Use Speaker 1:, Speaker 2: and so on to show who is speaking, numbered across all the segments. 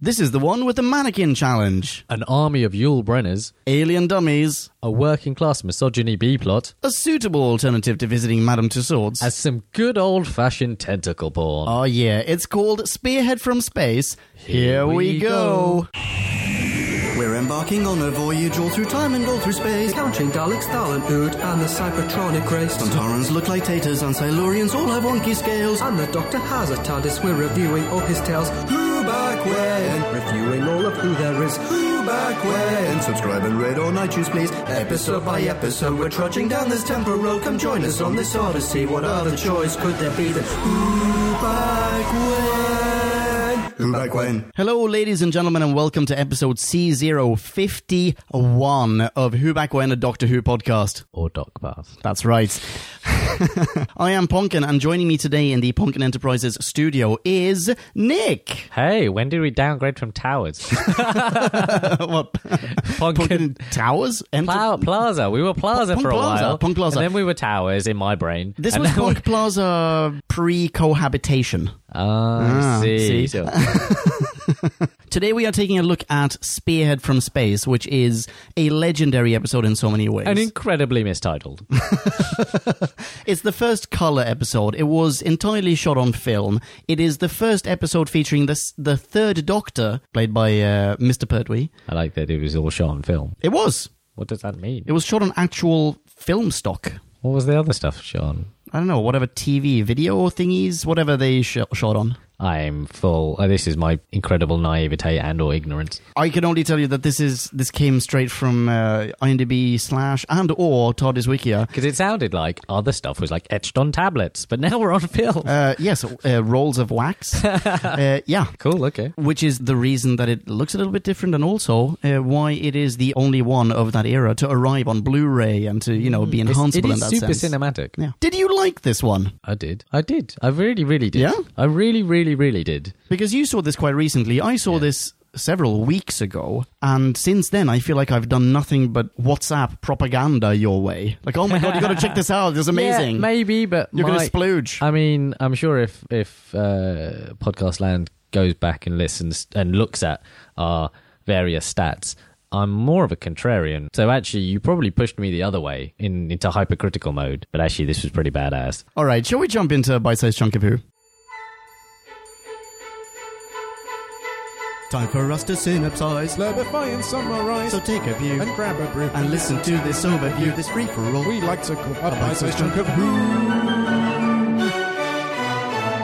Speaker 1: This is the one with the mannequin challenge.
Speaker 2: An army of Yul Brenners,
Speaker 1: Alien dummies.
Speaker 2: a working class misogyny B plot,
Speaker 1: A suitable alternative to visiting Madame Tussauds.
Speaker 2: as some good old fashioned tentacle porn.
Speaker 1: oh yeah, it's called Spearhead from Space.
Speaker 2: Here we go.
Speaker 3: We're embarking on a voyage all through time and all through space.
Speaker 4: Countering Daleks, Thalan, Ood, and the Cybertronic race.
Speaker 3: Santarans look like taters and Silurians all have wonky scales.
Speaker 4: And the Doctor has a TARDIS. We're reviewing all his tales.
Speaker 3: Who back when?
Speaker 4: Reviewing all of who there is.
Speaker 3: Who back when? Subscribe and rate on iTunes, please. Episode by episode, we're trudging down this temporal. Come join us on this odyssey. What other choice could there be than Who back when? Who back when?
Speaker 1: Hello, ladies and gentlemen, and welcome to episode C051 of Who Back When, a Doctor Who podcast.
Speaker 2: Or Doc Bath.
Speaker 1: That's right. I am Ponkin, and joining me today in the Ponkin Enterprises studio is Nick.
Speaker 2: Hey, when did we downgrade from towers?
Speaker 1: what?
Speaker 2: Punkin
Speaker 1: Ponkin Towers? Enter-
Speaker 2: Pla- Plaza. We were Plaza
Speaker 1: Punk
Speaker 2: for a
Speaker 1: Plaza,
Speaker 2: while.
Speaker 1: Punk Plaza.
Speaker 2: And then we were towers in my brain.
Speaker 1: This
Speaker 2: and
Speaker 1: was
Speaker 2: then we-
Speaker 1: Punk Plaza pre cohabitation.
Speaker 2: Ah, I see.
Speaker 1: see? Today we are taking a look at Spearhead from Space, which is a legendary episode in so many ways.
Speaker 2: An incredibly mistitled.
Speaker 1: It's the first color episode. It was entirely shot on film. It is the first episode featuring the s- the third Doctor, played by uh, Mr. Pertwee.
Speaker 2: I like that it was all shot on film.
Speaker 1: It was.
Speaker 2: What does that mean?
Speaker 1: It was shot on actual film stock.
Speaker 2: What was the other stuff shot on?
Speaker 1: I don't know, whatever TV video thingies, whatever they sh- shot on.
Speaker 2: I'm full. Uh, this is my incredible naivete and or ignorance.
Speaker 1: I can only tell you that this is this came straight from uh, IMDb slash and or TARDIS Wikia.
Speaker 2: Because it sounded like other stuff was like etched on tablets, but now we're on film.
Speaker 1: Uh, yes, uh, rolls of wax. uh, yeah.
Speaker 2: cool, okay.
Speaker 1: Which is the reason that it looks a little bit different, and also uh, why it is the only one of that era to arrive on Blu-ray and to you know be
Speaker 2: Mm, It's, it
Speaker 1: enhanceable
Speaker 2: is
Speaker 1: in that
Speaker 2: super
Speaker 1: sense.
Speaker 2: cinematic.
Speaker 1: yeah. Did you like this one?
Speaker 2: I did. I did. I really, really did.
Speaker 1: Yeah?
Speaker 2: I really, really, really did.
Speaker 1: Because you saw this quite recently. I saw this several weeks ago, and since then I feel like I've done nothing but WhatsApp propaganda your way. Like, oh my god, you got to check this out. This is amazing.
Speaker 2: Yeah, maybe, but
Speaker 1: You're
Speaker 2: my-
Speaker 1: gonna splooge.
Speaker 2: I mean, I'm sure if if uh, Podcast Land goes back and listens and looks at our various stats, I'm more of a contrarian. So actually, you probably pushed me the other way in into hypercritical mode. But actually, this was pretty badass.
Speaker 1: All right, shall we jump into a bite-sized chunk of who? Time for us to synopsize,
Speaker 5: Clarify and summarize
Speaker 1: so take a view.
Speaker 5: and grab a brew
Speaker 1: and listen to this overview, this free for all.
Speaker 5: we like to call a
Speaker 1: bite-sized
Speaker 5: bite-sized
Speaker 1: chunk
Speaker 5: chunk of who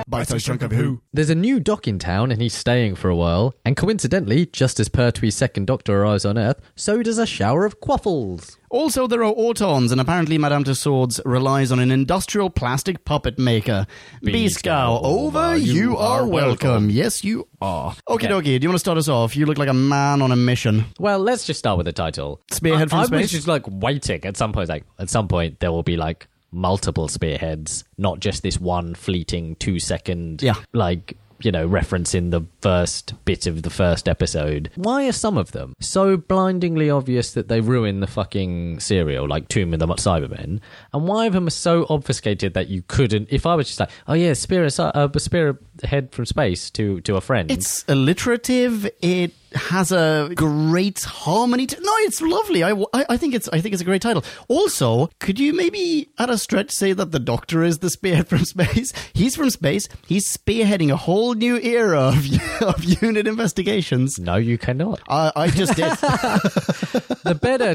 Speaker 1: Bite-sized chunk of who?
Speaker 2: There's a new doc in town, and he's staying for a while. And coincidentally, just as Pertwee's second Doctor arrives on Earth, so does a shower of quaffles.
Speaker 1: Also, there are autons, and apparently Madame Tussauds relies on an industrial plastic puppet maker. Beaskow, over, you are welcome. Yes, you are. Okie dokie, do you want to start us off? You look like a man on a mission.
Speaker 2: Well, let's just start with the title.
Speaker 1: Spearhead
Speaker 2: I,
Speaker 1: from
Speaker 2: I
Speaker 1: space?
Speaker 2: was just like waiting. At some point, like at some point, there will be like multiple spearheads, not just this one fleeting two second.
Speaker 1: Yeah.
Speaker 2: Like you know, reference in the first bit of the first episode. Why are some of them so blindingly obvious that they ruin the fucking serial, like Tomb of the Cybermen? And why of them are so obfuscated that you couldn't? If I was just like, oh yeah, spear, a uh, spearhead from space to to a friend.
Speaker 1: It's alliterative. It has a great harmony. To- no, it's lovely. I, I, I think it's I think it's a great title. Also, could you maybe at a stretch say that the Doctor is the spearhead from space? He's from space. He's spearheading a whole new era of of unit investigations.
Speaker 2: no, you cannot.
Speaker 1: I I just did.
Speaker 2: the better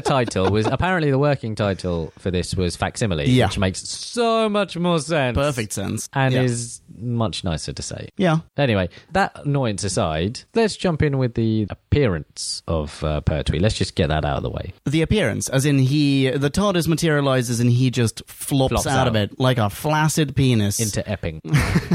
Speaker 2: title was apparently the working title for this was facsimile,
Speaker 1: Yeah.
Speaker 2: which makes so much more sense.
Speaker 1: Perfect sense.
Speaker 2: And
Speaker 1: yeah.
Speaker 2: is much nicer to say.
Speaker 1: yeah.
Speaker 2: Anyway, that annoyance aside, let's jump in with the appearance of uh, Pertwee. Let's just get that out of the way.
Speaker 1: The appearance, as in he, the TARDIS materializes and he just flops,
Speaker 2: Flops
Speaker 1: out, of
Speaker 2: out.
Speaker 1: it like a flaccid penis.
Speaker 2: Into Epping.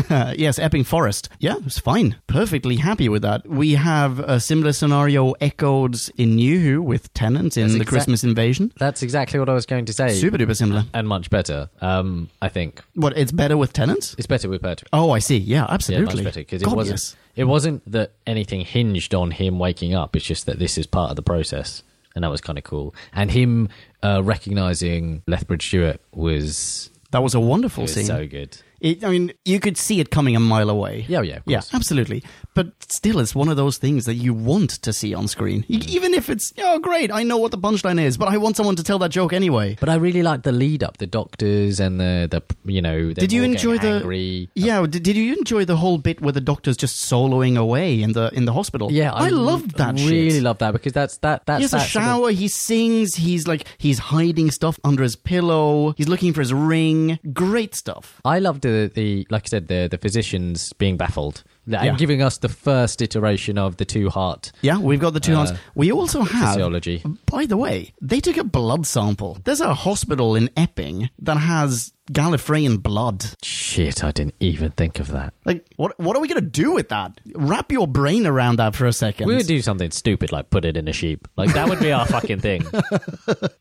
Speaker 1: Uh, yes, Epping Forest. Yeah, it's fine. Perfectly happy with that. We have a similar scenario echoed in New Who with Tennant in
Speaker 2: That's
Speaker 1: the
Speaker 2: exact-
Speaker 1: Christmas Invasion.
Speaker 2: That's exactly what I was going to say.
Speaker 1: Super duper similar.
Speaker 2: And much better, um, I think.
Speaker 1: What? It's better with Tennant.
Speaker 2: It's better with Pertwee.
Speaker 1: Oh, I see. Yeah,
Speaker 2: Yeah,
Speaker 1: absolutely.
Speaker 2: much better because it
Speaker 1: God,
Speaker 2: wasn't.
Speaker 1: yes.
Speaker 2: It wasn't that anything hinged on him waking up. It's just that this is part of the process, and that was kind of cool. And him uh, recognizing Lethbridge Stewart was
Speaker 1: That was a wonderful
Speaker 2: it was
Speaker 1: scene.
Speaker 2: so good.
Speaker 1: It, I mean, you could see it coming a mile away.
Speaker 2: Yeah, yeah, of
Speaker 1: yeah,
Speaker 2: course.
Speaker 1: absolutely. But still, it's one of those things that you want to see on screen,
Speaker 2: Mm.
Speaker 1: E- even if it's oh great, I know what the punchline is, but I want someone to tell that joke anyway.
Speaker 2: But I really liked the lead up, the doctors and the the you know.
Speaker 1: Did you enjoy the?
Speaker 2: Angry.
Speaker 1: Yeah, did, did you enjoy the whole bit where the doctor's just soloing away in the in the hospital?
Speaker 2: Yeah,
Speaker 1: I, loved that.
Speaker 2: Really
Speaker 1: shit.
Speaker 2: loved that because that's that that's
Speaker 1: He has a
Speaker 2: that sort of-
Speaker 1: shower. He sings. He's like he's hiding stuff under his pillow. He's looking for his ring. Great stuff.
Speaker 2: I loved the, the like I said the the physicians being baffled and
Speaker 1: Yeah.
Speaker 2: giving us the first iteration of the two heart
Speaker 1: Yeah, we've got the two
Speaker 2: Uh,
Speaker 1: hands. We also have.
Speaker 2: physiology.
Speaker 1: By the way, they took a blood sample. There's a hospital in Epping that has Gallifreyan blood.
Speaker 2: Shit, I didn't even think of that.
Speaker 1: Like, what? What are we gonna do with that? Wrap your brain around that for a second.
Speaker 2: We would do something stupid like put it in a sheep. Like that would be our fucking thing.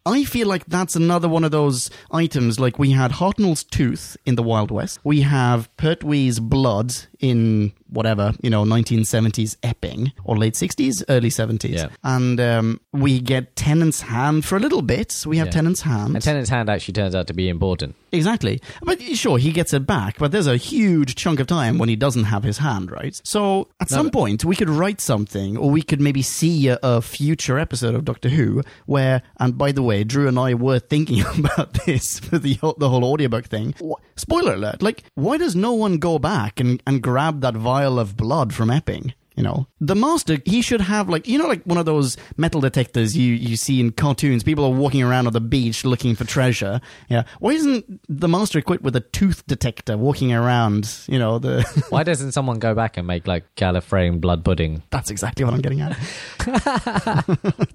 Speaker 1: I feel like that's another one of those items. Like we had Hartnell's tooth in the Wild West. We have Pertwee's blood in whatever you know, 1970s Epping or late 60s, early 70s.
Speaker 2: Yeah.
Speaker 1: And um, we get Tennant's hand for a little bit. We have
Speaker 2: Yeah.
Speaker 1: Tennant's hand.
Speaker 2: And Tennant's hand actually turns out to be important.
Speaker 1: Exactly. But sure, he gets it back, but there's a huge chunk of time when he doesn't have his hand, right? So at
Speaker 2: No,
Speaker 1: some
Speaker 2: but-
Speaker 1: point, we could write something, or we could maybe see a, a future episode of Doctor Who where, and by the way, Drew and I were thinking about this for the, whole- the whole audiobook thing. Wh- Spoiler alert, like, why does no one go back and, and grab that vial of blood from Epping? You know, the master, he should have like, you know, like one of those metal detectors you, you see in cartoons. People are walking around on the beach looking for treasure. Yeah. Why isn't the master equipped with a tooth detector walking around? You know, the.
Speaker 2: Why doesn't someone go back and make like Gallifreyan blood pudding?
Speaker 1: That's exactly what I'm getting at.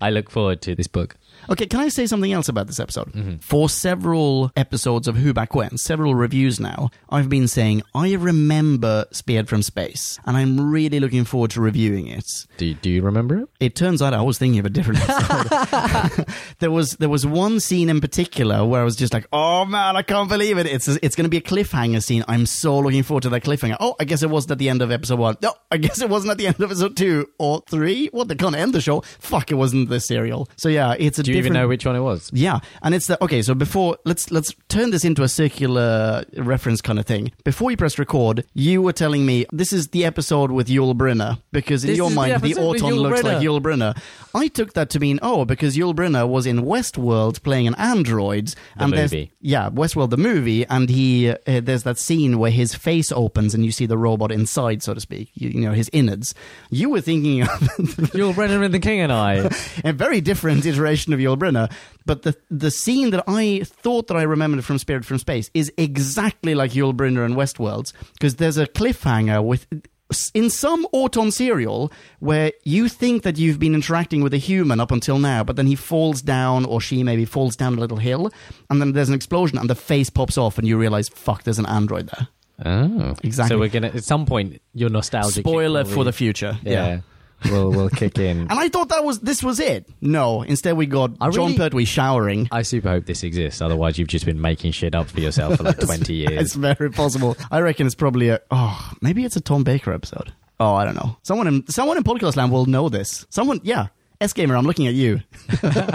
Speaker 2: I look forward to this book.
Speaker 1: Okay, can I say something else about this episode? For several episodes of Who Back When, several reviews now, I've been saying, I remember Speared from Space, and I'm really looking forward to reviewing it.
Speaker 2: Do do you remember it?
Speaker 1: It turns out I was thinking of a different episode. there was there was one scene in particular where I was just like, "Oh man, I can't believe it! It's it's going to be a cliffhanger scene. I'm so looking forward to that cliffhanger." Oh, I guess it wasn't at the end of episode one. No, I guess it wasn't at the end of episode two or three. What they can't end the show? Fuck! It wasn't the serial. So yeah, it's a
Speaker 2: Do you
Speaker 1: different.
Speaker 2: even know which one it was?
Speaker 1: Yeah, and it's the okay. So before let's let's turn this into a circular reference kind of thing. Before you press record, you were telling me this is the episode with Yul Brynner because in
Speaker 2: This
Speaker 1: your
Speaker 2: is the
Speaker 1: mind the,
Speaker 2: episode with
Speaker 1: Auton
Speaker 2: Yul
Speaker 1: looks like
Speaker 2: Brynner.
Speaker 1: Yul Brynner. I took that to mean oh because Yul Brynner was in Westworld playing an android and there's-
Speaker 2: movie.
Speaker 1: yeah Westworld the movie and he uh, there's that scene where his face opens and you see the robot inside so to speak you, you know his innards. You were thinking of
Speaker 2: You're Brennan and the King and I.
Speaker 1: a very different iteration of Yul Brynner. But the the scene that I thought that I remembered from Spirit from Space is exactly like Yul Brynner and Westworlds because there's a cliffhanger with. In some autumn serial where you think that you've been interacting with a human up until now, but then he falls down, or she maybe falls down a little hill, and then there's an explosion, and the face pops off, and you realize, fuck, there's an android there.
Speaker 2: Oh.
Speaker 1: Exactly.
Speaker 2: So we're gonna at some point your nostalgia. kick
Speaker 1: Spoiler
Speaker 2: will
Speaker 1: for
Speaker 2: be-
Speaker 1: the future.
Speaker 2: Yeah. we'll we'll kick in.
Speaker 1: And I thought that was this was it. No, instead we got John
Speaker 2: I really-
Speaker 1: Pertwee showering.
Speaker 2: I super hope this exists. Otherwise, you've just been making shit up for yourself for like 20
Speaker 1: It's
Speaker 2: years.
Speaker 1: very possible. I reckon it's probably a oh, maybe it's a Tom Baker episode. Oh, I don't know. Someone in someone in podcast land will know this. Someone, yeah. S gamer, I'm looking at you.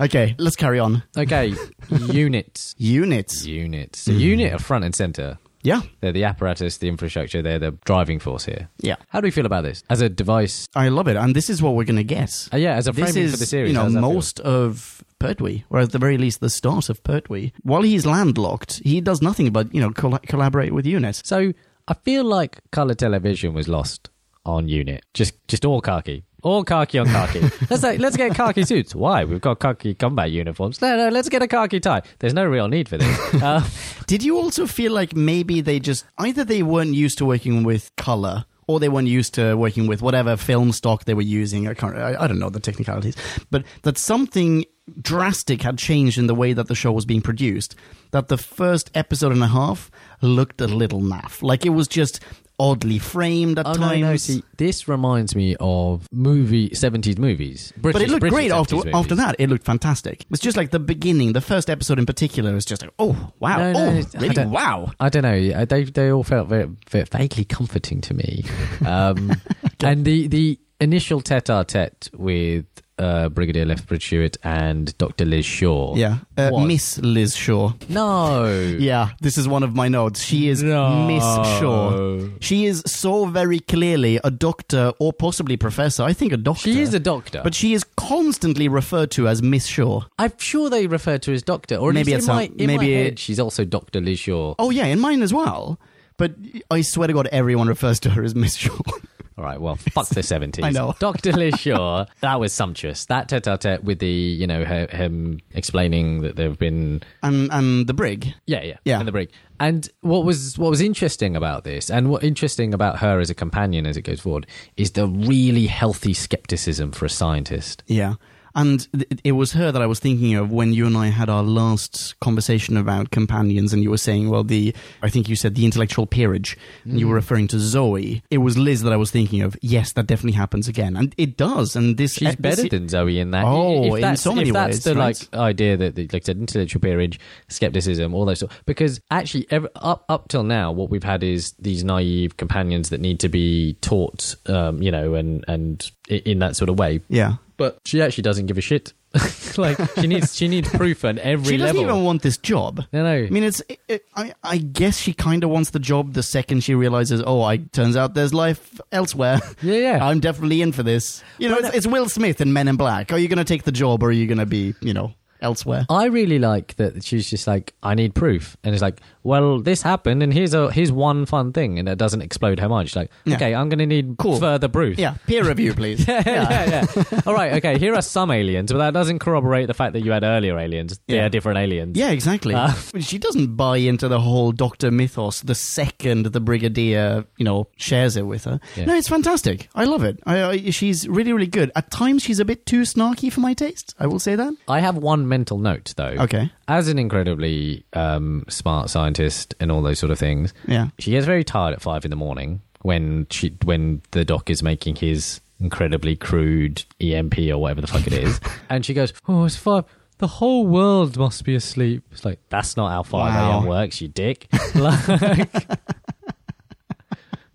Speaker 1: okay, let's carry on.
Speaker 2: Okay, units.
Speaker 1: Units.
Speaker 2: Units.
Speaker 1: Mm.
Speaker 2: So unit are front and center.
Speaker 1: Yeah.
Speaker 2: They're the apparatus, the infrastructure, they're the driving force here.
Speaker 1: Yeah.
Speaker 2: How do we feel about this? As a device.
Speaker 1: I love it. And this is what we're going to get.
Speaker 2: Uh, yeah, as a
Speaker 1: This
Speaker 2: framing
Speaker 1: is,
Speaker 2: for the series.
Speaker 1: you
Speaker 2: how
Speaker 1: know,
Speaker 2: does that feel?
Speaker 1: most of Pertwee, or at the very least, the start of Pertwee. While he's landlocked, he does nothing but, you know, colla collaborate with Unit.
Speaker 2: So I feel like color television was lost on unit. Just just all khaki. All khaki on khaki. let's like, let's get khaki suits. Why? We've got khaki combat uniforms. No, no, let's get a khaki tie. There's no real need for this. Uh,
Speaker 1: Did you also feel like maybe they just either they weren't used to working with color or they weren't used to working with whatever film stock they were using? I can't, I, I don't know the technicalities, but that something drastic had changed in the way that the show was being produced. That the first episode and a half looked a little naff, like it was just oddly framed at
Speaker 2: oh, no,
Speaker 1: times.
Speaker 2: no, see, this reminds me of movie 70s movies. British,
Speaker 1: but it looked
Speaker 2: British
Speaker 1: great after
Speaker 2: 70s movies.
Speaker 1: after that. It looked fantastic. It's just like the beginning, the first episode in particular is just like, oh wow,
Speaker 2: No, no,
Speaker 1: oh
Speaker 2: it's- I
Speaker 1: really
Speaker 2: don't-
Speaker 1: wow.
Speaker 2: I don't know. uh, They they all felt very, very vaguely comforting to me. Um, and the the initial tete a tete with uh, Brigadier Lethbridge Hewitt and Dr. Liz Shaw.
Speaker 1: Yeah. Uh,
Speaker 2: was-
Speaker 1: Miss Liz Shaw.
Speaker 2: No.
Speaker 1: Yeah, this is one of my notes. She is
Speaker 2: No.
Speaker 1: Miss Shaw. She is so very clearly a doctor or possibly professor. I think a doctor.
Speaker 2: She is a doctor.
Speaker 1: But she is constantly referred to as Miss Shaw.
Speaker 2: I'm sure they refer to her as doctor, or at
Speaker 1: Maybe
Speaker 2: least
Speaker 1: it's
Speaker 2: in my,
Speaker 1: not-
Speaker 2: in
Speaker 1: maybe
Speaker 2: my
Speaker 1: it-
Speaker 2: head, she's also Doctor Liz Shaw.
Speaker 1: Oh, yeah, in mine as well. But I swear to God, everyone refers to her as Miss Shaw.
Speaker 2: All right, well, fuck the seventies.
Speaker 1: I know.
Speaker 2: Doctor Liz Shaw. That was sumptuous. That tete-a-tete with the, you know, her, him explaining that there have been
Speaker 1: and, and the brig.
Speaker 2: Yeah, yeah,
Speaker 1: Yeah.
Speaker 2: And the break. And what was what was interesting about this, and what interesting about her as a companion as it goes forward, is the really healthy skepticism for a scientist.
Speaker 1: Yeah. And th- it was her that I was thinking of when you and I had our last conversation about companions, and you were saying, well, the, I think you said the intellectual peerage, and you were
Speaker 2: Mm.
Speaker 1: referring to Zoe. It was Liz that I was thinking of. Yes, that definitely happens again. And it does. And this. e, this-
Speaker 2: She's better than Zoe in that.
Speaker 1: Oh, in
Speaker 2: that's-
Speaker 1: so many
Speaker 2: if that's
Speaker 1: ways,
Speaker 2: the
Speaker 1: right?
Speaker 2: like idea that, the, like I said, intellectual peerage, skepticism, all those sort. Because actually, ever, up up till now, what we've had is these naive companions that need to be taught, um, you know, and and i- in that sort of way.
Speaker 1: Yeah.
Speaker 2: But she actually doesn't give a shit. like she needs she needs proof on every
Speaker 1: She doesn't
Speaker 2: level.
Speaker 1: even want this job.
Speaker 2: no, no.
Speaker 1: I mean, it's. It, it, I, I guess she kind of wants the job the second she realizes. Oh, I turns out there's life elsewhere.
Speaker 2: Yeah, yeah.
Speaker 1: I'm definitely in for this. You know, it's, it's Will Smith in Men in Black. Are you going to take the job, or are you going to be, you know, elsewhere?
Speaker 2: I really like that she's just like, I need proof, and it's like, well, this happened, and here's a here's one fun thing, and it doesn't explode her mind. She's like,
Speaker 1: Yeah.
Speaker 2: okay, I'm gonna need
Speaker 1: Cool.
Speaker 2: further proof.
Speaker 1: Yeah, peer review, please.
Speaker 2: yeah, yeah, yeah. All right, okay. Here are some aliens, but that doesn't corroborate the fact that you had earlier aliens. They
Speaker 1: Yeah.
Speaker 2: are different aliens.
Speaker 1: Yeah, exactly.
Speaker 2: Uh.
Speaker 1: she doesn't buy into the whole Doctor mythos the second the Brigadier, you know, shares it with her.
Speaker 2: Yeah.
Speaker 1: No, it's fantastic. I love it. I, I, she's really, really good. At times, she's a bit too snarky for my taste. I will say that.
Speaker 2: I have one mental note though.
Speaker 1: Okay.
Speaker 2: As an incredibly um, smart scientist and all those sort of things,
Speaker 1: Yeah.
Speaker 2: she gets very tired at five in the morning when she when the doc is making his incredibly crude EMP or whatever the fuck it is, and she goes, "Oh, it's five. The whole world must be asleep." It's like that's not how five
Speaker 1: Wow.
Speaker 2: a.m. works, you dick. like,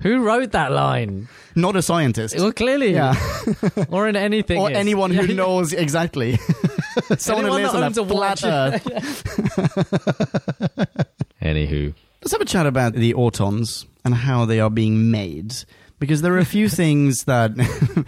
Speaker 2: who wrote that line?
Speaker 1: Not a scientist.
Speaker 2: Well, clearly,
Speaker 1: Yeah.
Speaker 2: or in anything,
Speaker 1: or
Speaker 2: is.
Speaker 1: anyone who knows exactly. Someone who
Speaker 2: Anyone
Speaker 1: lives on
Speaker 2: that owns
Speaker 1: a
Speaker 2: a watch.
Speaker 1: flat Earth.
Speaker 2: Anywho,
Speaker 1: Let's have a chat about the autons and how they are being made. Because there are a few things that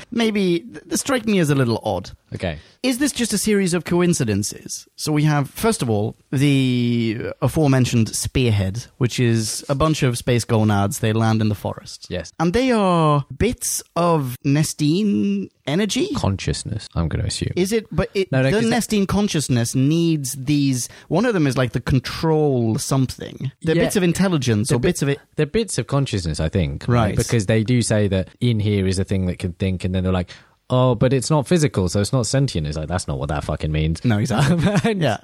Speaker 1: maybe that strike me as a little odd.
Speaker 2: okay.
Speaker 1: Is this just a series of coincidences? So we have, first of all, the aforementioned spearhead, which is a bunch of space gonads. They land in the forest.
Speaker 2: Yes.
Speaker 1: And they are bits of Nestine energy?
Speaker 2: Consciousness. I'm going to assume.
Speaker 1: Is it? But it,
Speaker 2: No, no,
Speaker 1: the
Speaker 2: 'cause-
Speaker 1: nesting consciousness needs these. One of them is like the control something. They're
Speaker 2: Yeah.
Speaker 1: bits of intelligence or
Speaker 2: They're
Speaker 1: bits of it.
Speaker 2: They're bits of consciousness, I think.
Speaker 1: Right.
Speaker 2: Because they do say that in here is a thing that can think, and then they're like, oh, but it's not physical, so it's not sentient. It's like, that's not what that fucking means.
Speaker 1: No, exactly.
Speaker 2: and,
Speaker 1: Yeah.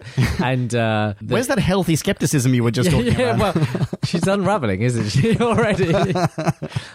Speaker 2: And, uh, the-
Speaker 1: Where's that healthy skepticism you were just
Speaker 2: yeah,
Speaker 1: talking about?
Speaker 2: well, she's unraveling, isn't she already?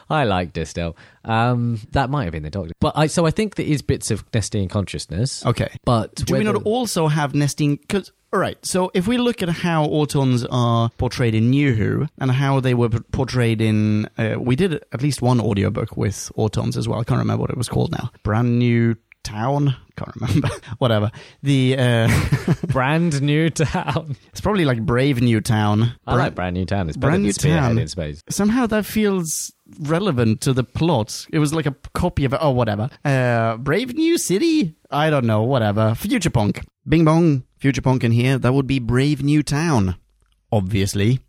Speaker 2: I liked Estelle. Um, that might have been the doctor, but I so I think there is bits of nesting consciousness.
Speaker 1: okay.
Speaker 2: but
Speaker 1: Oh, Do we
Speaker 2: whether-
Speaker 1: not also have nesting? Because all right, so if we look at how autons are portrayed in New Who and how they were p- portrayed in, uh, we did at least one audiobook with autons as well. I can't remember what it was called now. Brand new town. Can't remember. Whatever. The uh,
Speaker 2: brand new town?
Speaker 1: it's probably like Brave New Town.
Speaker 2: I like brand new town. It's better
Speaker 1: Brand
Speaker 2: than
Speaker 1: New
Speaker 2: Spearhead
Speaker 1: Town.
Speaker 2: in space.
Speaker 1: somehow that feels relevant to the plot. It was like a copy of it. Oh, whatever. Uh, Brave New City? I don't know. Whatever. Future Punk. Bing bong. Future Punk in here. That would be Brave New Town. Obviously.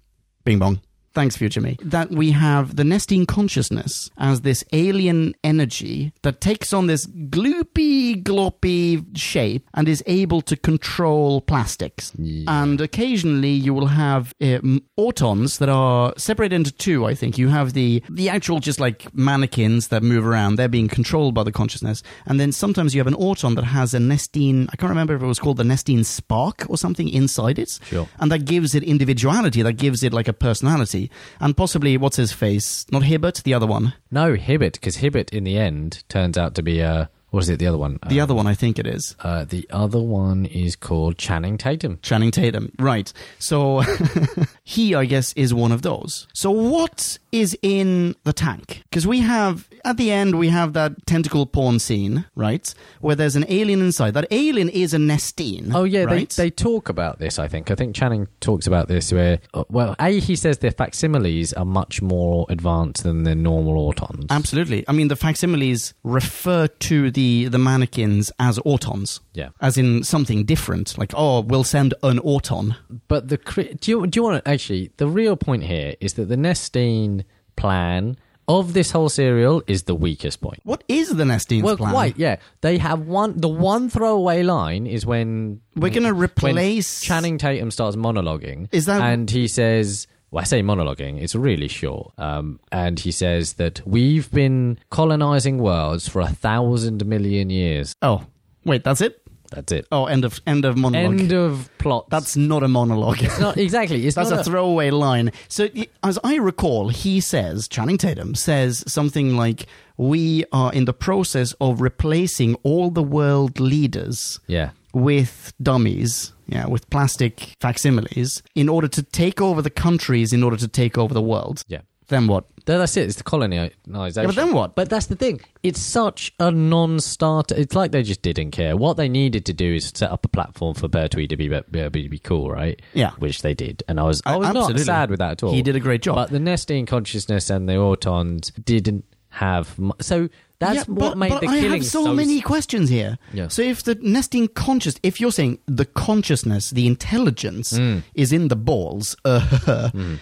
Speaker 1: Bing bong. Thanks, future me. That we have the nesting consciousness as this alien energy that takes on this gloopy, gloppy shape and is able to control plastics. And occasionally you will have um, autons that are separated into two, I think. You have the, the actual just like mannequins that move around. They're being controlled by the consciousness. And then sometimes you have an auton that has a nestine, I can't remember if it was called the nestine spark or something inside it.
Speaker 2: Sure.
Speaker 1: And that gives it individuality. That gives it like a personality. And possibly, what's his face? Not Hibbert, the other one.
Speaker 2: No, Hibbert, because Hibbert in the end turns out to be a Or is it the other one?
Speaker 1: The
Speaker 2: Uh,
Speaker 1: other one, I think it is.
Speaker 2: uh, the other one is called Channing Tatum.
Speaker 1: Channing Tatum. Right. So he, I guess, is one of those. So what is in the tank? Because we have, at the end, we have that tentacle porn scene, right? Where there's an alien inside. That alien is a Nestine.
Speaker 2: Oh yeah,
Speaker 1: right?
Speaker 2: they, they talk about this. I think. I think Channing talks about this. Where uh, well, a he says their facsimiles are much more advanced than their normal autons.
Speaker 1: Um, Absolutely. I mean, the facsimiles refer to the, the mannequins as autons.
Speaker 2: Yeah.
Speaker 1: As in something different. Like, oh, we'll send an auton.
Speaker 2: but the cri- do you do you want to actually the real point here is that the Nestine plan of this whole serial is the weakest point.
Speaker 1: What is the Nestine's
Speaker 2: Well,
Speaker 1: plan?
Speaker 2: quite yeah. They have one. The one throwaway line is when
Speaker 1: We're gonna
Speaker 2: when
Speaker 1: replace-
Speaker 2: Channing Tatum starts monologuing.
Speaker 1: Is that-
Speaker 2: and he says. Well, I say monologuing, it's really short. Um, and he says that we've been colonizing worlds for a thousand million years.
Speaker 1: Oh, wait, that's it?
Speaker 2: That's it.
Speaker 1: Oh, end of end of monologue.
Speaker 2: End of plot.
Speaker 1: That's not a monologue.
Speaker 2: not exactly. It's
Speaker 1: That's
Speaker 2: not
Speaker 1: a throwaway line. So, y- as I recall, he says, Channing Tatum says something like, We are in the process of replacing all the world leaders
Speaker 2: Yeah.
Speaker 1: with dummies, yeah, with plastic facsimiles, in order to take over the countries, in order to take over the world.
Speaker 2: Yeah.
Speaker 1: Then what?
Speaker 2: Th- That's it. It's the colonization.
Speaker 1: Yeah, but then what?
Speaker 2: But that's the thing. It's such a non-starter. It's like they just didn't care. What they needed to do is set up a platform for Pertwee to be, be, be, be cool, right?
Speaker 1: Yeah.
Speaker 2: Which they did, and I was I
Speaker 1: Uh,
Speaker 2: was
Speaker 1: absolutely.
Speaker 2: not sad with that at all.
Speaker 1: He did a great job.
Speaker 2: But the nesting consciousness and the autons didn't have. Mu- so that's
Speaker 1: Yeah,
Speaker 2: what
Speaker 1: but,
Speaker 2: made
Speaker 1: but
Speaker 2: the
Speaker 1: I
Speaker 2: killing
Speaker 1: have so,
Speaker 2: so
Speaker 1: many questions here.
Speaker 2: Yeah.
Speaker 1: So if the nesting conscious, if you're saying the consciousness, the intelligence
Speaker 2: Mm.
Speaker 1: is in the balls, uh, w-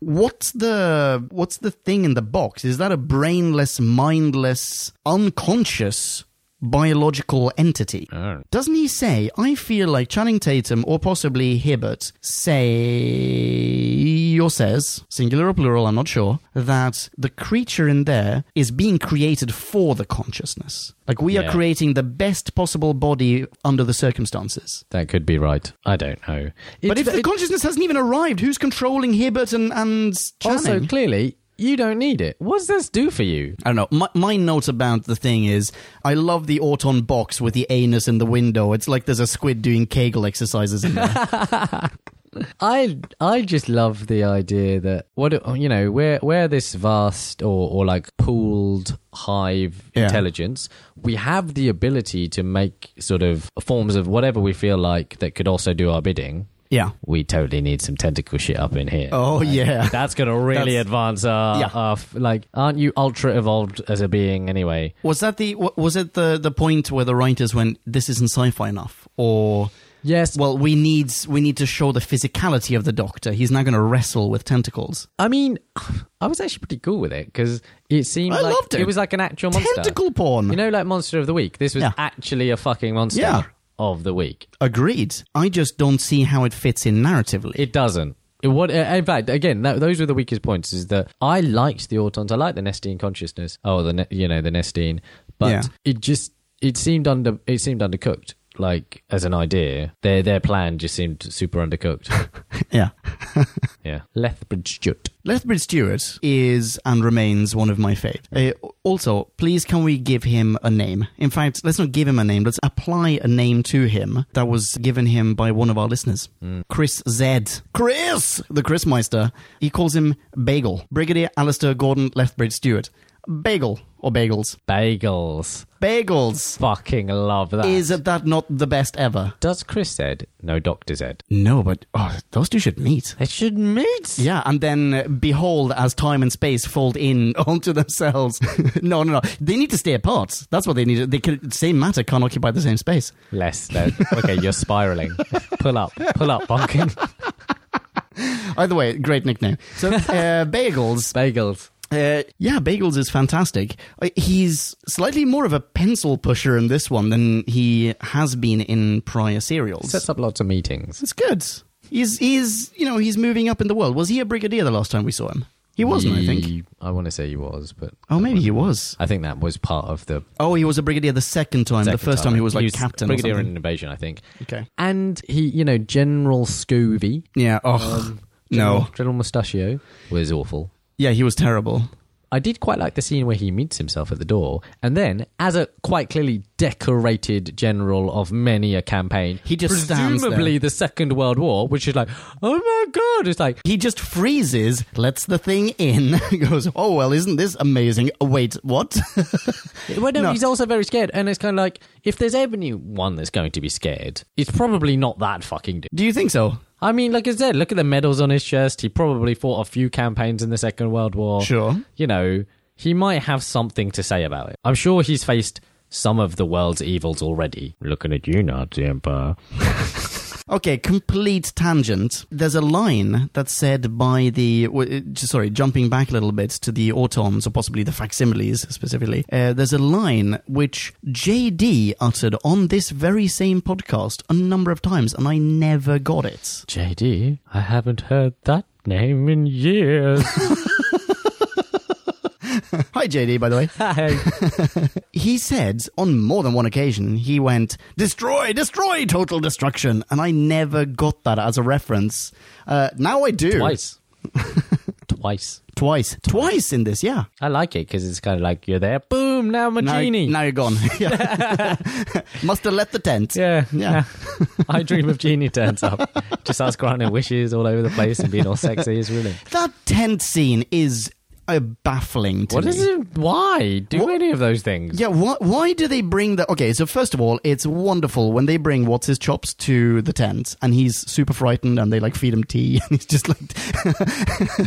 Speaker 1: what's the what's the thing in the box? Is that a brainless, mindless, unconscious? Biological entity. Doesn't he say, I feel like Channing Tatum or possibly Hibbert say or says, singular or plural, I'm not sure, that the creature in there is being created for the consciousness. Like we are
Speaker 2: Yeah.
Speaker 1: creating the best possible body under the circumstances.
Speaker 2: That could be right. I don't know.
Speaker 1: But
Speaker 2: It's-
Speaker 1: if the
Speaker 2: it-
Speaker 1: consciousness hasn't even arrived, who's controlling Hibbert and, and
Speaker 2: also
Speaker 1: Channing?
Speaker 2: clearly you don't need it. What does this do for you?
Speaker 1: I don't know. My, my note about the thing is, I love the Auton box with the anus in the window. It's like there's a squid doing Kegel exercises in there.
Speaker 2: I I just love the idea that what you know where where this vast or or like pooled hive
Speaker 1: Yeah.
Speaker 2: intelligence we have the ability to make sort of forms of whatever we feel like that could also do our bidding.
Speaker 1: yeah.
Speaker 2: We totally need some tentacle shit up in here.
Speaker 1: Oh, yeah.
Speaker 2: That's gonna really
Speaker 1: That's-
Speaker 2: advance our,
Speaker 1: Yeah.
Speaker 2: our f- like. Aren't you ultra evolved as a being anyway?
Speaker 1: Was that the wa- was it the the point where the writers went this isn't sci-fi enough or
Speaker 2: Yes.
Speaker 1: well we need we need to show the physicality of the doctor he's now going to wrestle with tentacles
Speaker 2: I mean, I was actually pretty cool with it because it seemed
Speaker 1: I
Speaker 2: like
Speaker 1: loved it.
Speaker 2: was like an actual monster.
Speaker 1: Tentacle porn.
Speaker 2: You know, like monster of the week. This was
Speaker 1: Yeah.
Speaker 2: actually a fucking monster
Speaker 1: Yeah.
Speaker 2: of the week.
Speaker 1: agreed I just don't see how it fits in narratively
Speaker 2: It doesn't. It, what? In fact, again, that, those were the weakest points. Is that I liked the Autons. I liked the Nestine consciousness. Oh, the ne- you know the Nestine, but
Speaker 1: Yeah.
Speaker 2: it just it seemed under it seemed undercooked. Like as an idea, their their plan just seemed super undercooked.
Speaker 1: yeah
Speaker 2: yeah, Lethbridge Jut.
Speaker 1: Lethbridge Stewart is and remains one of my fave. Uh, also, please can we give him a name? In fact, let's not give him a name. Let's apply a name to him that was given him by one of our listeners, Chris Z. Chris, the Chris Meister. He calls him Bagel. Brigadier Alistair Gordon Lethbridge Stewart. Bagel or bagels?
Speaker 2: Bagels.
Speaker 1: Bagels.
Speaker 2: Fucking love that.
Speaker 1: Is that not the best ever?
Speaker 2: Does Chris said no Doctor Zed?
Speaker 1: No, but oh, those two should meet.
Speaker 2: They should meet.
Speaker 1: Yeah, and then uh, behold, as time and space fold in onto themselves. no, no, no. They need to stay apart. That's what they need. They can, same matter can't occupy the same space.
Speaker 2: Less than okay, you're spiraling. pull up, pull up, Bonkin.
Speaker 1: Either way, great nickname. So, uh, bagels.
Speaker 2: Bagels.
Speaker 1: Uh, yeah, bagels is fantastic. Uh, He's slightly more of a pencil pusher in this one than he has been in prior serials.
Speaker 2: Sets up lots of meetings.
Speaker 1: It's good. He's he's you know he's moving up in the world. Was he a brigadier the last time we saw him? He wasn't, I think.
Speaker 2: He- I want to say he was, but
Speaker 1: Oh, maybe he was.
Speaker 2: I think that was part of the.
Speaker 1: Oh, he was a brigadier the second time. the
Speaker 2: second
Speaker 1: first time, he was like captain. or
Speaker 2: brigadier in
Speaker 1: something.
Speaker 2: an invasion, I think.
Speaker 1: Okay.
Speaker 2: And he, you know, General Scovy,
Speaker 1: Yeah. Oh no.
Speaker 2: General Mustachio, was awful.
Speaker 1: Yeah, he was terrible.
Speaker 2: I did quite like the scene where he meets himself at the door, and then, as a quite clearly decorated general of many a campaign,
Speaker 1: He just stands
Speaker 2: presumably
Speaker 1: there.
Speaker 2: the Second World War, which is like, oh my god, it's like
Speaker 1: He just freezes, lets the thing in, goes, oh, well, isn't this amazing? Oh, wait, what?
Speaker 2: Well, no,
Speaker 1: No.
Speaker 2: he's also very scared, and it's kind of like if there's anyone that's going to be scared, it's probably not that fucking dude.
Speaker 1: Do you think so?
Speaker 2: I mean, like I said, look at the medals on his chest. He probably fought a few campaigns in the Second World War.
Speaker 1: Sure.
Speaker 2: you know, he might have something to say about it. I'm sure he's faced some of the world's evils already. Looking at you, Nazi Empire.
Speaker 1: Okay, complete tangent. There's a line that's said by the. w- uh, Sorry, jumping back a little bit to the autons, or possibly the facsimiles specifically. Uh, there's a line which JD uttered on this very same podcast a number of times, and I never got it.
Speaker 2: JD, I haven't heard that name in years.
Speaker 1: Hi, JD, by the way.
Speaker 2: Hi.
Speaker 1: He said on more than one occasion, he went, Destroy, destroy, total destruction. And I never got that as a reference. Uh, now I do.
Speaker 2: Twice. Twice.
Speaker 1: Twice. Twice in this, yeah.
Speaker 2: I like it because it's kind of like you're there. Boom! Now I'm a
Speaker 1: Now,
Speaker 2: genie.
Speaker 1: now you're gone. Yeah. Must have left the tent.
Speaker 2: Yeah,
Speaker 1: Yeah.
Speaker 2: yeah. I dream of genie turns up, just starts granting wishes all over the place and being all sexy. Is really.
Speaker 1: That tent scene is uh, baffling to
Speaker 2: What
Speaker 1: me.
Speaker 2: is it? Why do
Speaker 1: What-
Speaker 2: any of those things?
Speaker 1: Yeah, why, why do they bring the. Okay, so first of all, it's wonderful when they bring What's His Chops to the tent and he's super frightened and they like feed him tea and he's just like.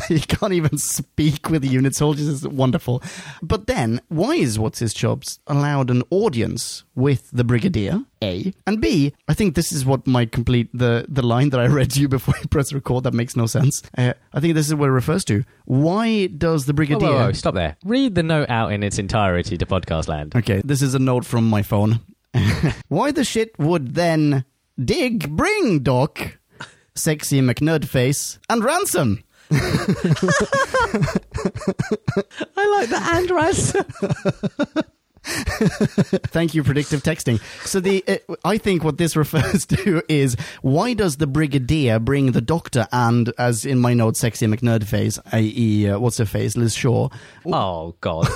Speaker 1: he can't even speak with the unit soldiers. It's wonderful. But then, why is What's His Chops allowed an audience with the Brigadier? A. And B, I think this is what might complete the, the line that I read to you before you press record that makes no sense. Uh, I think this is what it refers to. Why does the
Speaker 2: Whoa,
Speaker 1: Brigadier.
Speaker 2: whoa, whoa, stop there. Read the note out in its entirety to Podcast Land.
Speaker 1: Okay, this is a note from my phone. Why the shit would then Dig bring Doc, sexy McNerdface, and Ransom?
Speaker 2: I like the Andras.
Speaker 1: Thank you, predictive texting. So the uh, I think what this refers to is why does the Brigadier bring the Doctor and, as in my note, sexy McNerdface, i.e., uh, what's her face, Liz Shaw,
Speaker 2: oh God,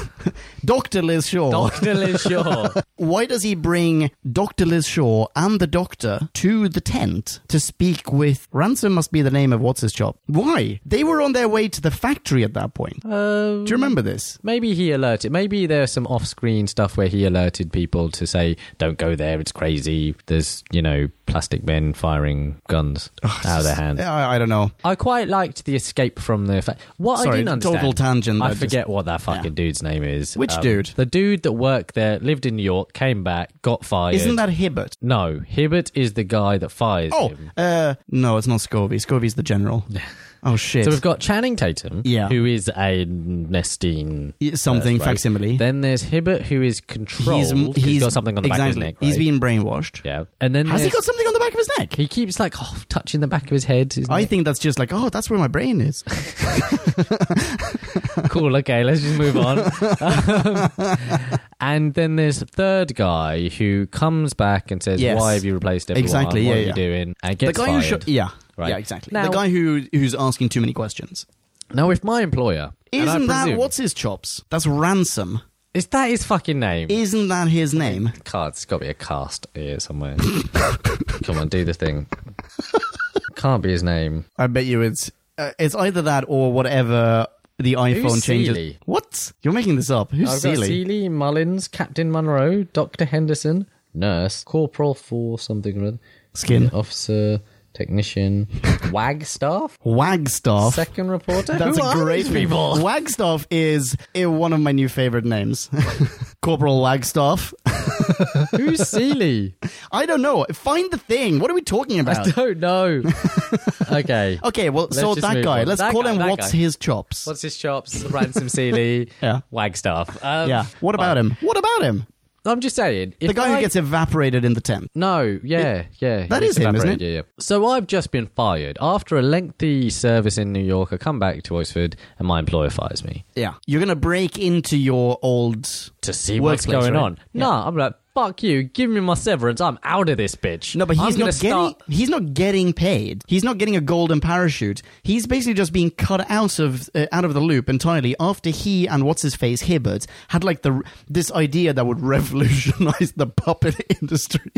Speaker 1: Doctor Liz Shaw.
Speaker 2: Doctor Liz Shaw.
Speaker 1: why does he bring Dr. Liz Shaw and the doctor to the tent to speak with Ransom must be the name of what's his job. Why? They were on their way to the factory at that point.
Speaker 2: Um,
Speaker 1: Do you remember this?
Speaker 2: Maybe he alerted. Maybe there's some off-screen stuff where he alerted people to say, "Don't go there. It's crazy. There's you know plastic men firing guns
Speaker 1: Oh,
Speaker 2: out of their hands."
Speaker 1: I, I don't know.
Speaker 2: I quite liked the escape from the. Fa- what I
Speaker 1: Sorry,
Speaker 2: didn't understand.
Speaker 1: total tangent
Speaker 2: I
Speaker 1: there,
Speaker 2: forget
Speaker 1: just-
Speaker 2: what that fucking
Speaker 1: Yeah.
Speaker 2: dude's name is. Um,
Speaker 1: Which dude?
Speaker 2: The dude that worked there, lived in New York, came back, got fired.
Speaker 1: Isn't that Hibbert?
Speaker 2: No, Hibbert is the guy that fires
Speaker 1: Oh,
Speaker 2: him.
Speaker 1: uh, no, it's not Scovey. Scovey's the general. Oh shit!
Speaker 2: So we've got Channing Tatum,
Speaker 1: Yeah.
Speaker 2: who is a Nestine.
Speaker 1: Y- something
Speaker 2: That's right.
Speaker 1: facsimile.
Speaker 2: Then there's Hibbert, who is
Speaker 1: he's,
Speaker 2: controlled. He's, he's got something on the back of his
Speaker 1: exactly.
Speaker 2: neck.
Speaker 1: He's
Speaker 2: right?
Speaker 1: been brainwashed.
Speaker 2: Yeah. And then
Speaker 1: Has he
Speaker 2: there's-
Speaker 1: got something on the back of his neck?
Speaker 2: He keeps like oh, touching the back of his head. Isn't
Speaker 1: I
Speaker 2: it?
Speaker 1: think that's just like, oh, that's where my brain is.
Speaker 2: cool. Okay, let's just move on. Um, and then there's a third guy who comes back and says,
Speaker 1: Yes.
Speaker 2: "Why have you replaced everyone?
Speaker 1: Exactly,
Speaker 2: What
Speaker 1: yeah,
Speaker 2: are you
Speaker 1: yeah.
Speaker 2: doing?" And gets
Speaker 1: the guy
Speaker 2: fired.
Speaker 1: who, sho- yeah,
Speaker 2: Right.
Speaker 1: yeah, exactly.
Speaker 2: Now-
Speaker 1: the guy who who's asking too many questions.
Speaker 2: now, if my employer and I
Speaker 1: Isn't that
Speaker 2: presume-
Speaker 1: what's his chops? That's Ransom.
Speaker 2: is that his fucking name?
Speaker 1: Isn't that his name?
Speaker 2: Card. It's got to be a cast here somewhere. Come on, do the thing. Can't be his name.
Speaker 1: I bet you it's uh, it's either that or whatever the iPhone changes.
Speaker 2: Seeley?
Speaker 1: What? You're making this up. Who's
Speaker 2: I've got
Speaker 1: Seeley?
Speaker 2: Seeley, Mullins, Captain Munro, Doctor Henderson, Nurse, Corporal for something or other,
Speaker 1: Skin.
Speaker 2: Officer, Technician, Wagstaff.
Speaker 1: Wagstaff.
Speaker 2: Second reporter?
Speaker 1: That's
Speaker 2: Who
Speaker 1: a
Speaker 2: are
Speaker 1: great
Speaker 2: these people?
Speaker 1: name. Wagstaff is eh, one of my new favorite names. Corporal Wagstaff.
Speaker 2: Who's Seeley?
Speaker 1: I don't know. Find the thing. What are we talking
Speaker 2: I
Speaker 1: about?
Speaker 2: don't know. okay.
Speaker 1: Okay, well, so
Speaker 2: just
Speaker 1: that
Speaker 2: move
Speaker 1: guy.
Speaker 2: on.
Speaker 1: Let's
Speaker 2: That
Speaker 1: call
Speaker 2: guy,
Speaker 1: him
Speaker 2: that
Speaker 1: What's
Speaker 2: guy.
Speaker 1: His Chops.
Speaker 2: What's his chops? Ransom Seeley.
Speaker 1: Yeah.
Speaker 2: Wagstaff. Um,
Speaker 1: yeah. What about him? What about him?
Speaker 2: I'm just saying.
Speaker 1: The guy who gets evaporated in the tent.
Speaker 2: No, yeah, yeah.
Speaker 1: That
Speaker 2: he
Speaker 1: is
Speaker 2: gets
Speaker 1: him, isn't
Speaker 2: evaporated,
Speaker 1: it?
Speaker 2: Yeah, yeah. So I've just been fired. After a lengthy service in New York, I come back to Oxford and my employer fires me.
Speaker 1: Yeah. You're going to break into your old
Speaker 2: To see what's
Speaker 1: Workplace,
Speaker 2: going
Speaker 1: right?
Speaker 2: on.
Speaker 1: Yeah.
Speaker 2: Nah, I'm like, fuck you, give me my severance. I'm out of this bitch.
Speaker 1: No, but
Speaker 2: I'm
Speaker 1: he's
Speaker 2: gonna
Speaker 1: not getting
Speaker 2: start-
Speaker 1: he's not getting paid. He's not getting a golden parachute. He's basically just being cut out of uh, out of the loop entirely after he and what's his face Hibbert had like the this idea that would revolutionize the puppet industry.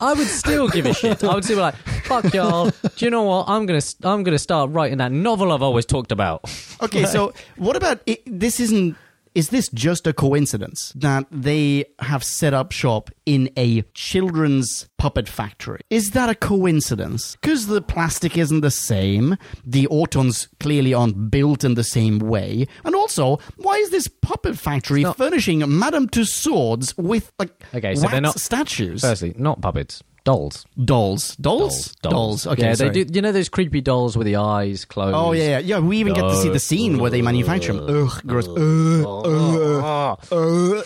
Speaker 2: I would still give a shit. I would still be like, fuck y'all. Do you know what? I'm gonna I'm gonna start writing that novel I've always talked about.
Speaker 1: Okay, so what about i this? Isn't is this just a coincidence that they have set up shop in a children's puppet factory? Is that a coincidence? Because the plastic isn't the same, the Autons clearly aren't built in the same way, and also, why is this puppet factory furnishing Madame Tussauds with like
Speaker 2: Okay, so
Speaker 1: wax
Speaker 2: they're not-
Speaker 1: statues,
Speaker 2: Firstly, not puppets, dolls.
Speaker 1: dolls, dolls, dolls. Okay,
Speaker 2: yeah,
Speaker 1: sorry.
Speaker 2: they do. You know those creepy dolls with the eyes closed.
Speaker 1: Oh yeah, yeah, yeah. We even get to see the scene where they manufacture them. Ugh, gross. Ugh,
Speaker 2: Oh,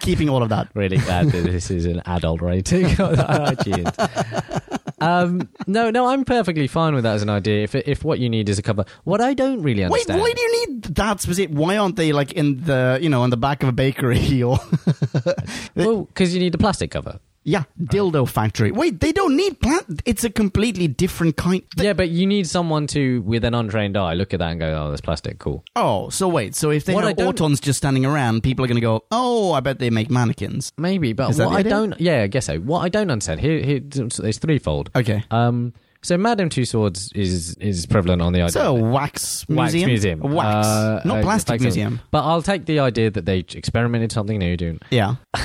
Speaker 1: keeping all of that.
Speaker 2: really glad that this is an adult rating on iTunes. Oh, Um, no, no, I'm perfectly fine with that as an idea. If if what you need is a cover, what I don't really
Speaker 1: Wait,
Speaker 2: understand.
Speaker 1: why do you need that specific? Why aren't they like in the you know in the back of a bakery or
Speaker 2: Well, because you need a plastic cover.
Speaker 1: yeah dildo factory? Wait, they don't need plant. It's a completely different kind.
Speaker 2: yeah, but you need someone to, with an untrained eye, look at that and go, "Oh, that's plastic. Cool."
Speaker 1: Oh, so wait, so if they
Speaker 2: What I
Speaker 1: have
Speaker 2: don't-
Speaker 1: autons just standing around, people are going to go, oh, I bet they make mannequins.
Speaker 2: Maybe, but
Speaker 1: Is that
Speaker 2: what
Speaker 1: the
Speaker 2: I
Speaker 1: idea?
Speaker 2: don't, yeah, I guess so. What I don't understand here, here so it's threefold.
Speaker 1: Okay,
Speaker 2: Um, so Madame Two Swords is is prevalent on the idea.
Speaker 1: so wax museum,
Speaker 2: Wax museum,
Speaker 1: wax,
Speaker 2: Uh,
Speaker 1: not
Speaker 2: uh,
Speaker 1: plastic museum.
Speaker 2: But I'll take the idea that they experimented something new. Doing
Speaker 1: Yeah.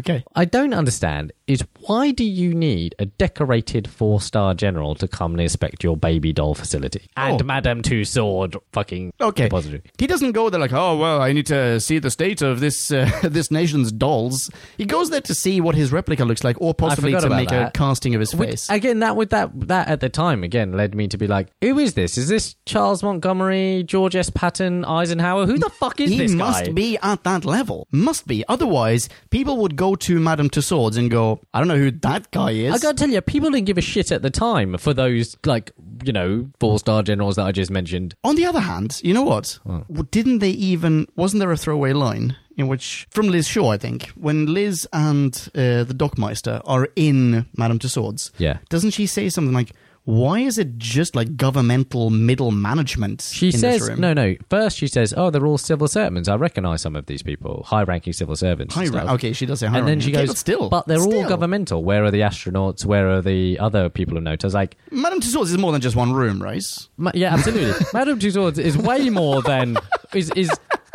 Speaker 1: okay.
Speaker 2: I don't understand is why do you need a decorated four star general to come and inspect your baby doll facility and
Speaker 1: Oh.
Speaker 2: Madame Two Sword fucking
Speaker 1: Okay.
Speaker 2: depository?
Speaker 1: He doesn't go there like, oh well, I need to see the state of this uh, this nation's dolls. He goes there to see what his replica looks like, or possibly
Speaker 2: forgot
Speaker 1: to
Speaker 2: about
Speaker 1: make
Speaker 2: that.
Speaker 1: a casting of his
Speaker 2: Which,
Speaker 1: face.
Speaker 2: again, that would that that at the time again led me to be like, who is this? Is this Charles Montgomery, George S. Patton, Eisenhower? Who the fuck is
Speaker 1: he
Speaker 2: this
Speaker 1: must
Speaker 2: guy?
Speaker 1: be at that level. Must be. Otherwise, people would go to Madame Tussauds and go, I don't know who that guy is.
Speaker 2: I gotta tell you, people didn't give a shit at the time for those like you know four star generals that I just mentioned.
Speaker 1: On the other hand, you know what? W Didn't they even. Wasn't there a throwaway line in which. From Liz Shaw, I think. When Liz and uh, the Dockmeister are in Madame Tussauds,
Speaker 2: Yeah.
Speaker 1: doesn't she say something like. Why is it just like governmental middle management?
Speaker 2: She
Speaker 1: in
Speaker 2: says,
Speaker 1: this room?
Speaker 2: no, no. First, she says, oh, they're all civil servants. I recognize some of these people, high ranking civil servants. and
Speaker 1: High rank.
Speaker 2: stuff."
Speaker 1: Okay, she does say high
Speaker 2: And then
Speaker 1: rank.
Speaker 2: she
Speaker 1: Okay,
Speaker 2: goes,
Speaker 1: but still.
Speaker 2: But they're all
Speaker 1: still.
Speaker 2: governmental. Where are the astronauts? Where are the other people of note? I was like,
Speaker 1: Madame Tussauds is more than just one room, right?
Speaker 2: Ma- yeah, absolutely. Madame Tussauds is way more than is is.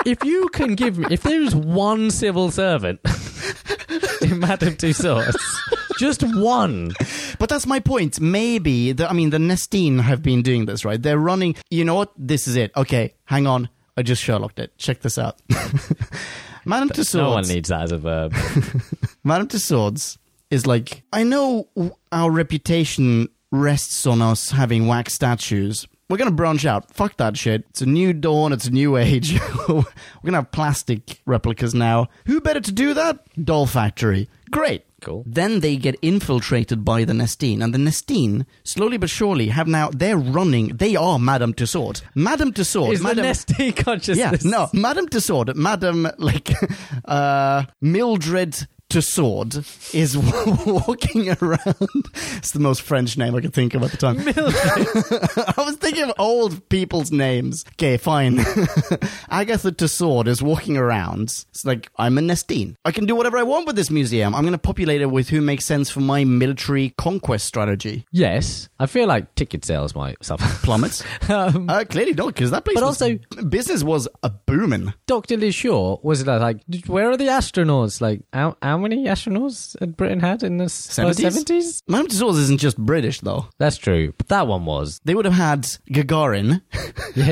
Speaker 2: If you can give me, if there is one civil servant in Madame Tussauds, just one.
Speaker 1: But that's my point. Maybe the, I mean the Nestine have been doing this, right? They're running. You know what? This is it. Okay, hang on. I just Sherlocked it. Check this out. Madame Tussauds.
Speaker 2: No one needs that as a verb.
Speaker 1: Madame Tussauds is like I know w- our reputation rests on us having wax statues. We're gonna branch out. Fuck that shit. It's a new dawn. It's a new age. We're gonna have plastic replicas now. Who better to do that? Doll Factory. Great.
Speaker 2: Cool.
Speaker 1: Then they get infiltrated by the Nestine, and the Nestine, slowly but surely, have now they're running. They are Madame Tussauds. Madame Tussauds.
Speaker 2: Is
Speaker 1: Madame,
Speaker 2: the nesty
Speaker 1: yeah,
Speaker 2: consciousness?
Speaker 1: no, Madame Tussauds, Madame like uh, Mildred Tussauds is walking around. It's the most French name I could think of at the time. I was thinking of old people's names. Okay, fine. Agatha Tussaud is walking around. It's like, I'm a Nestine. I can do whatever I want with this museum. I'm going to populate it with who makes sense for my military conquest strategy.
Speaker 2: Yes, I feel like ticket sales might suffer.
Speaker 1: Plummets?
Speaker 2: Um,
Speaker 1: Uh, clearly not, because that place
Speaker 2: But
Speaker 1: was-
Speaker 2: also-
Speaker 1: business was a booming.
Speaker 2: Doctor Liz Shaw was like, "Where are the astronauts? Like, how, how many astronauts had Britain had in the uh,
Speaker 1: Seventies?
Speaker 2: seventies?
Speaker 1: Madame Tussauds isn't just British, though.
Speaker 2: That's true. But that one was
Speaker 1: They would have had Gagarin.
Speaker 2: Yeah,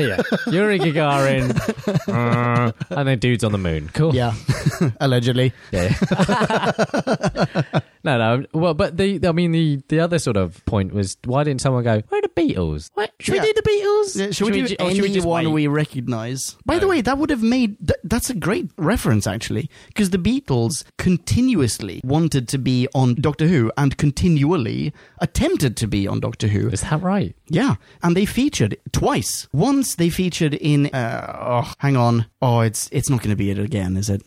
Speaker 2: yeah. Yuri Gagarin. Uh, and then dudes on the moon. Cool.
Speaker 1: yeah, allegedly.
Speaker 2: Yeah, yeah. no, no. Well, but the, I mean, the, the other sort of point was why didn't someone go, where are the Beatles? What? Should
Speaker 1: Yeah.
Speaker 2: we do the Beatles?
Speaker 1: Yeah, should, we do
Speaker 2: ju- or should we just
Speaker 1: anyone
Speaker 2: wait?
Speaker 1: we, recognize? By the way, that would have made th- that's a great reference actually, because the Beatles continuously wanted to be on Doctor Who and continually attempted to be on Doctor Who.
Speaker 2: Is that right?
Speaker 1: Yeah, and they featured twice. Once they featured in. Uh, oh, hang on. Oh, it's it's not going to be it again, is it?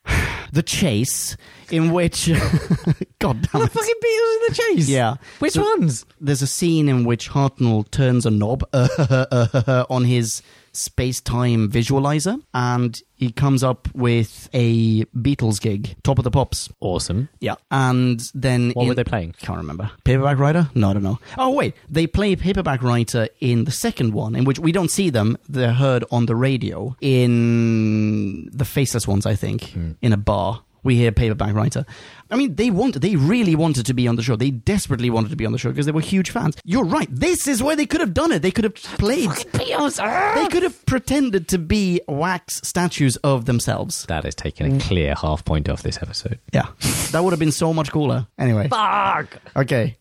Speaker 1: The Chase, in which. God damn
Speaker 2: The
Speaker 1: it.
Speaker 2: fucking Beatles in the Chase.
Speaker 1: Yeah.
Speaker 2: Which
Speaker 1: So-
Speaker 2: ones?
Speaker 1: There's a scene in which Hartnell turns a knob uh, on his space time visualizer, and he comes up with a Beatles gig, Top of the Pops.
Speaker 2: Awesome.
Speaker 1: Yeah. And then.
Speaker 2: What
Speaker 1: in-
Speaker 2: were they playing?
Speaker 1: Can't remember. Paperback Writer? No, I don't know. Oh, wait. They play Paperback Writer in the second one, in which we don't see them. They're heard on the radio in the Faceless Ones, I think,
Speaker 2: Hmm.
Speaker 1: in a bar. We hear Paperback Writer. I mean, they want, they really wanted to be on the show. They desperately wanted to be on the show because they were huge fans. You're right. This is where they could have done it. They could have played. They could have pretended to be wax statues of themselves.
Speaker 2: That is taking a
Speaker 1: Mm.
Speaker 2: clear half point off this episode.
Speaker 1: Yeah. That would have been so much cooler. Anyway.
Speaker 2: Fuck!
Speaker 1: Okay.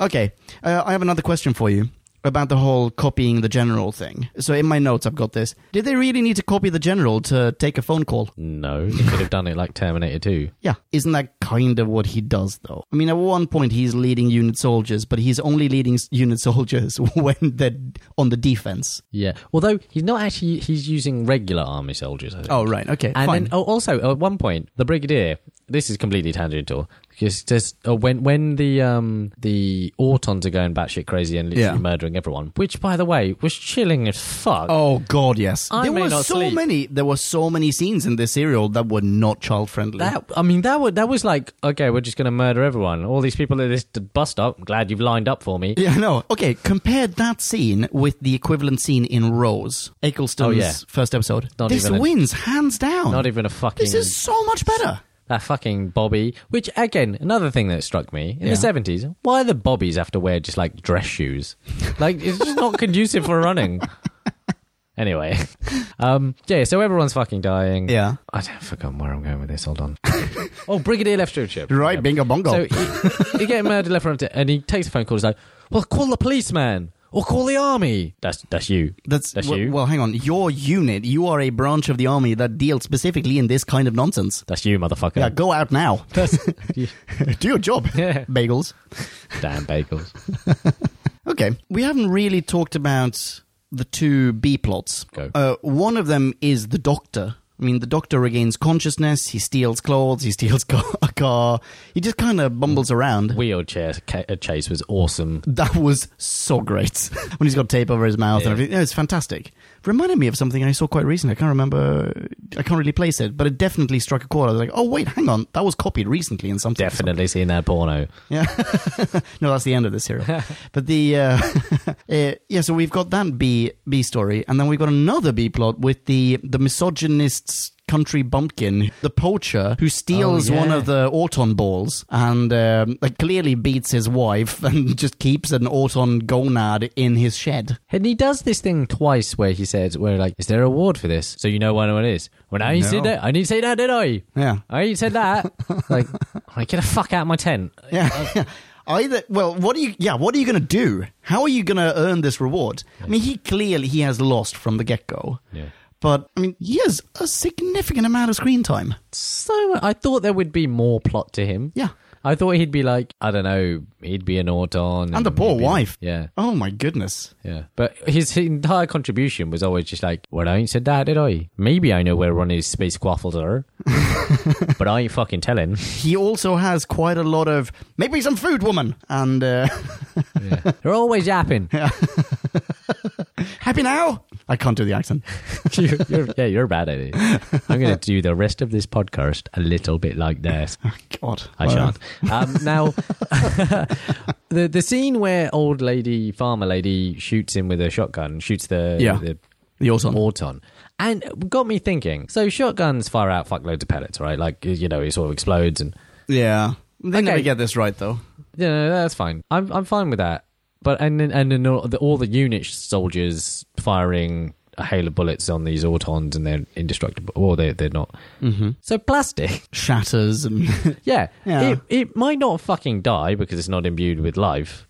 Speaker 1: Okay. Uh, I have another question for you about the whole copying the general thing. So in my notes, I've got this. Did they really need to copy the general to take a phone call?
Speaker 2: No, they could have done it like Terminator 2.
Speaker 1: Yeah. Isn't that kind of what he does, though? I mean, at one point, he's leading unit soldiers, but he's only leading s- unit soldiers when they're on the defense.
Speaker 2: Yeah. Although he's not actually, he's using regular army soldiers, I think.
Speaker 1: Oh, right. Okay.
Speaker 2: And
Speaker 1: fine.
Speaker 2: then, oh, also at one point, the brigadier. This is completely tangential because just uh, when when the um the Autons are going batshit crazy and literally
Speaker 1: Yeah.
Speaker 2: murdering everyone, which by the way was chilling as fuck.
Speaker 1: Oh God, yes.
Speaker 2: I
Speaker 1: there
Speaker 2: may
Speaker 1: were
Speaker 2: not
Speaker 1: so
Speaker 2: sleep.
Speaker 1: many. There were so many scenes in this serial that were not child friendly.
Speaker 2: That I mean that was that was like okay, we're just gonna murder everyone. All these people at this bus stop. I'm glad you've lined up for me.
Speaker 1: Yeah, no. Okay, compare that scene with the equivalent scene in Rose, Eccleston's
Speaker 2: Oh, yeah.
Speaker 1: first episode.
Speaker 2: Not
Speaker 1: this
Speaker 2: even a-
Speaker 1: wins hands down.
Speaker 2: Not even a fucking
Speaker 1: This is so much better.
Speaker 2: that fucking bobby. Which again, another thing that struck me in
Speaker 1: Yeah.
Speaker 2: the seventies, why the bobbies have to wear just like dress shoes? Like it's just not conducive for running. Anyway, um, yeah. So everyone's fucking dying.
Speaker 1: Yeah.
Speaker 2: I don't forgotten where I'm going with this. Hold on. oh, Brigadier left stewardship.
Speaker 1: Right,
Speaker 2: Yeah.
Speaker 1: bingo bongo.
Speaker 2: So he, he getting murdered left and right, and he takes a phone call. He's like, "Well, call the policeman or call the army." That's that's you.
Speaker 1: that's
Speaker 2: that's
Speaker 1: well,
Speaker 2: you.
Speaker 1: well, hang on. Your unit, you are a branch of the army that deals specifically in this kind of nonsense.
Speaker 2: that's you, motherfucker.
Speaker 1: Yeah, go out now.
Speaker 2: That's- you-
Speaker 1: Do your job.
Speaker 2: Yeah.
Speaker 1: Bagels.
Speaker 2: Damn bagels.
Speaker 1: Okay. We haven't really talked about the two B plots.
Speaker 2: Go.
Speaker 1: Uh, one of them is the doctor. I mean, the doctor regains consciousness. He steals clothes. He steals car- a car. He just kind of bumbles around.
Speaker 2: Wheelchair ca- chase was awesome.
Speaker 1: That was so great. when he's got tape over his mouth
Speaker 2: Yeah.
Speaker 1: and everything. Yeah, it's fantastic. Reminded me of something I saw quite recently. I can't remember. I can't really place it, but it definitely struck a chord. I was like, oh, wait, hang on. That was copied recently in something.
Speaker 2: Definitely seen that porno.
Speaker 1: Yeah. no, that's the end of the serial. but the uh, uh, yeah, so we've got that B B story, and then we've got another B plot with the the misogynist's country bumpkin, the poacher who steals
Speaker 2: Oh, yeah.
Speaker 1: one of the Auton balls and um, like clearly beats his wife and just keeps an Auton gonad in his shed.
Speaker 2: And he does this thing twice where he says, where like, is there a award for this? So you know what it is. When I
Speaker 1: No.
Speaker 2: said that, I didn't say that, did I?
Speaker 1: Yeah.
Speaker 2: I didn't say that. like, like, get the fuck out of my tent.
Speaker 1: Yeah. Either well, what are you? Yeah, what are you going to do? How are you going to earn this reward? I mean, he clearly he has lost from the get go.
Speaker 2: Yeah.
Speaker 1: But I mean, he has a significant amount of screen time.
Speaker 2: So I thought there would be more plot to him.
Speaker 1: Yeah.
Speaker 2: I thought he'd be like, I don't know, he'd be an Auton.
Speaker 1: And the poor
Speaker 2: he'd be-
Speaker 1: wife.
Speaker 2: Yeah.
Speaker 1: Oh my goodness.
Speaker 2: Yeah. But his entire contribution was always just like, well, I ain't said that, did I? Maybe I know where one of his space quaffles are, but I ain't fucking telling.
Speaker 1: He also has quite a lot of make me some food, woman, and uh,
Speaker 2: They're always yapping.
Speaker 1: happy now. I can't do the accent.
Speaker 2: you you're, yeah, you're bad at it. I'm going to do the rest of this podcast a little bit like this.
Speaker 1: Oh, God,
Speaker 2: I shan't. Um, now, the the scene where old lady, farmer lady, shoots him with a shotgun, shoots the
Speaker 1: Yeah.
Speaker 2: the
Speaker 1: The autumn.
Speaker 2: Morton. And got me thinking. So shotguns fire out fuckloads of pellets, right? Like you know, it sort of explodes, and
Speaker 1: Yeah, they
Speaker 2: Okay.
Speaker 1: never get this right though.
Speaker 2: yeah, no, that's fine. I'm I'm fine with that. But and then and then all the, all the unit soldiers firing a hail of bullets on these autons, and they're indestructible. Or they they're not. Mm-hmm. So plastic.
Speaker 1: Shatters and
Speaker 2: Yeah,
Speaker 1: Yeah.
Speaker 2: It, it might not fucking die because it's not imbued with life,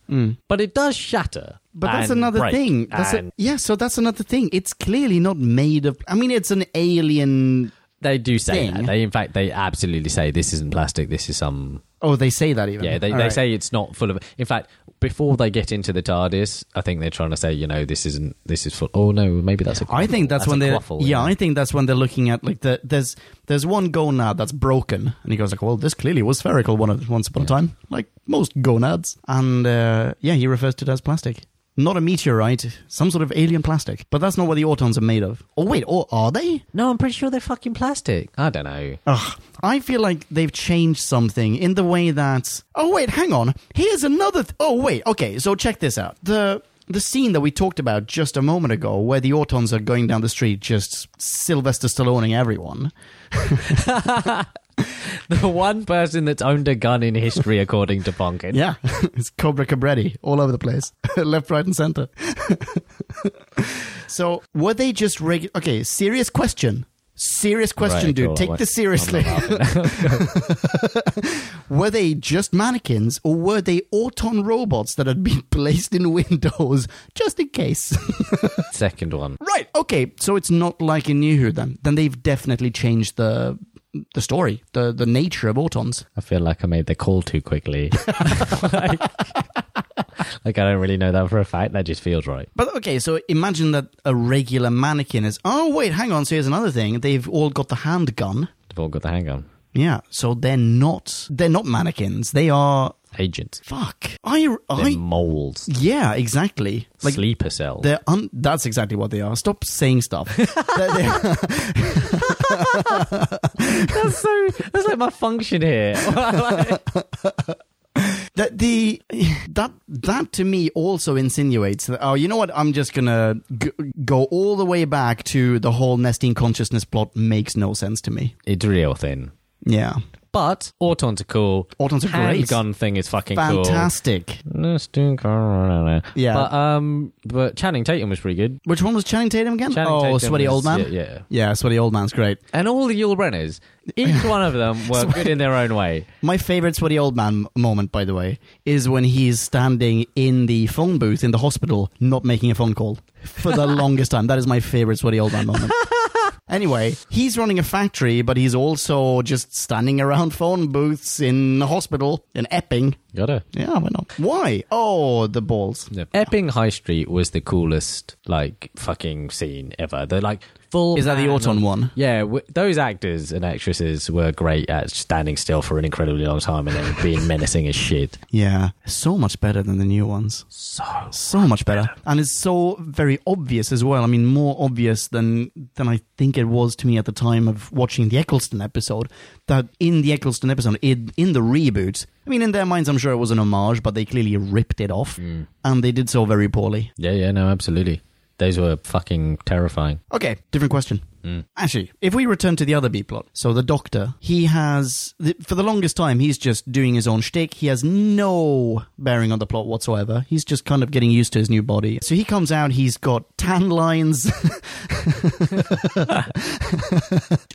Speaker 2: but it does shatter.
Speaker 1: But that's
Speaker 2: Mm. and
Speaker 1: another
Speaker 2: break
Speaker 1: thing. That's a-
Speaker 2: and-
Speaker 1: yeah, so that's another thing. It's clearly not made of. I mean, it's an alien
Speaker 2: They do say
Speaker 1: thing.
Speaker 2: that. They, in fact, they absolutely say this isn't plastic. This is some.
Speaker 1: Oh, they say that even.
Speaker 2: Yeah, they,
Speaker 1: All
Speaker 2: they
Speaker 1: right.
Speaker 2: say it's not full of. In fact, before they get into the TARDIS, I think they're trying to say, you know, this isn't. This is full. Oh no, maybe that's a.
Speaker 1: I think that's, when
Speaker 2: a
Speaker 1: they're
Speaker 2: quaffle,
Speaker 1: yeah,
Speaker 2: isn't
Speaker 1: I
Speaker 2: it?
Speaker 1: think that's when they're looking at like the there's there's one gonad that's broken, and he goes like, well, this clearly was spherical one once upon a time, like most gonads, and uh, yeah, he refers to it as plastic. Not a meteorite, some sort of alien plastic. But that's not what the Autons are made of. Oh, wait, or are they?
Speaker 2: No, I'm pretty sure they're fucking plastic. I don't know.
Speaker 1: Ugh, I feel like they've changed something in the way that. Oh wait, hang on. Here's another. Th- oh wait, okay. So check this out. The the scene that we talked about just a moment ago, where the Autons are going down the street, just Sylvester Stalloneing everyone.
Speaker 2: The one person that's owned a gun in history, according to Ponkin.
Speaker 1: Yeah, it's Cobra Cabretti all over the place, left, right, and center. so were they just regular? Okay, serious question. Serious question,
Speaker 2: Right,
Speaker 1: dude.
Speaker 2: cool.
Speaker 1: Take
Speaker 2: What-
Speaker 1: this seriously. were they just mannequins, or were they auton robots that had been placed in windows just in case?
Speaker 2: Second one.
Speaker 1: right. Okay. So it's not like in New Who then. Then they've definitely changed the the story, the the nature of autons.
Speaker 2: I feel like I made the call too quickly. like, like, I don't really know that for a fact. That just feels right.
Speaker 1: But okay, so imagine that a regular mannequin is. Oh wait, hang on. So here's another thing. They've all got the handgun.
Speaker 2: They've all got the hang on.
Speaker 1: Yeah. So they're not. They're not mannequins. They are.
Speaker 2: Agents.
Speaker 1: Fuck. I.
Speaker 2: They're
Speaker 1: I.
Speaker 2: moles.
Speaker 1: Yeah. Exactly. Like
Speaker 2: Sleeper cells.
Speaker 1: they're. Un- that's exactly what they are. Stop saying stuff. They're- they're-
Speaker 2: That's so. That's like my function here.
Speaker 1: that the that that to me also insinuates that. Oh, you know what? I'm just gonna g- go all the way back to the whole nesting consciousness plot makes no sense to me.
Speaker 2: it's real thin.
Speaker 1: Yeah.
Speaker 2: But Autons are cool.
Speaker 1: Autons are great.
Speaker 2: Handgun thing is fucking
Speaker 1: Fantastic.
Speaker 2: cool. Let's do Corona.
Speaker 1: Yeah.
Speaker 2: But um, but Channing Tatum was pretty good.
Speaker 1: uh, Which one was Channing Tatum again?
Speaker 2: Channing
Speaker 1: oh,
Speaker 2: Tatum
Speaker 1: sweaty
Speaker 2: was-
Speaker 1: old man.
Speaker 2: Yeah, yeah.
Speaker 1: Yeah, sweaty old man's great.
Speaker 2: And all the Yul Brenners, each one of them were good in their own way.
Speaker 1: My favorite sweaty old man moment, by the way, is when he's standing in the phone booth in the hospital, not making a phone call for the longest time. That is my favorite sweaty old man moment. Anyway, he's running a factory, but he's also just standing around phone booths in a hospital in Epping.
Speaker 2: Gotta.
Speaker 1: Yeah, why not? Why? Oh, the balls.
Speaker 2: Epping High Street was the coolest, like, fucking scene ever. They're like full.
Speaker 1: Is that the
Speaker 2: man
Speaker 1: Auton
Speaker 2: on-
Speaker 1: one?
Speaker 2: Yeah, w- those actors and actresses were great at standing still for an incredibly long time and then being menacing as shit.
Speaker 1: Yeah, so much better than the new ones.
Speaker 2: So
Speaker 1: so much better and it's so very obvious as well i mean more obvious than than i think it was to me at the time of watching the eccleston episode that in the eccleston episode in, in the reboot i mean in their minds i'm sure it was an homage but they clearly ripped it off and they did so very poorly
Speaker 2: Yeah, yeah, no, absolutely. Those were fucking terrifying.
Speaker 1: Okay, different question. Actually, if we return to the other B plot, so the Doctor, he has th- for the longest time he's just doing his own shtick. He has no bearing on the plot whatsoever. He's just kind of getting used to his new body. So he comes out, he's got tan lines.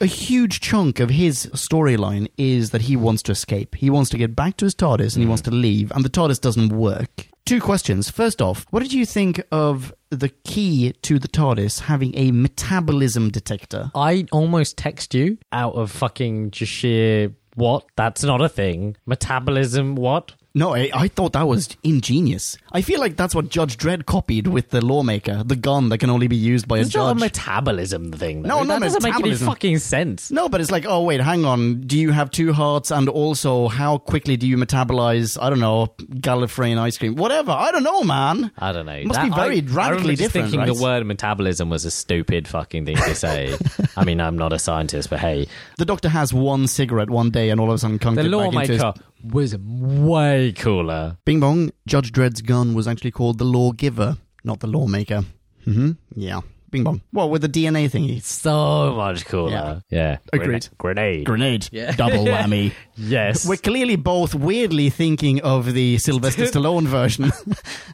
Speaker 1: A huge chunk of his storyline is that he wants to escape. He wants to get back to his TARDIS and he wants to leave, and the TARDIS doesn't work. Two questions. First off, what did you think of the key to the TARDIS having a metabolism detector?
Speaker 2: I almost text you out of fucking just sheer what? That's not a thing. Metabolism, what?
Speaker 1: No, I, I thought that was ingenious. I feel like that's what Judge Dredd copied with the lawmaker, the gun that can only be used by a
Speaker 2: It's not
Speaker 1: judge.
Speaker 2: a metabolism thing.
Speaker 1: No,
Speaker 2: Though.
Speaker 1: not
Speaker 2: that doesn't make any
Speaker 1: metabolism.
Speaker 2: fucking sense.
Speaker 1: no, but it's like, oh, wait, hang on. Do you have two hearts? And also, how quickly do you metabolize, I don't know, Gallifreyan ice cream? Whatever. I don't know, man.
Speaker 2: I don't know.
Speaker 1: Must be very
Speaker 2: I, I remember
Speaker 1: radically
Speaker 2: just
Speaker 1: different,
Speaker 2: Thinking
Speaker 1: right?
Speaker 2: the word metabolism was a stupid fucking thing to say. I mean, I'm not a scientist, but hey,
Speaker 1: The doctor has one cigarette one day and all of a sudden comes
Speaker 2: the
Speaker 1: back into his...
Speaker 2: lawmaker was way cooler.
Speaker 1: Bing bong. Judge Dredd's gun was actually called the lawgiver, not the lawmaker. hmm Yeah. Bing bong. What, with the DNA thingy?
Speaker 2: So much cooler. Yeah,
Speaker 1: Agreed.
Speaker 2: Grenade.
Speaker 1: Grenade. Double whammy.
Speaker 2: yes.
Speaker 1: We're clearly both weirdly thinking of the Sylvester Stallone version.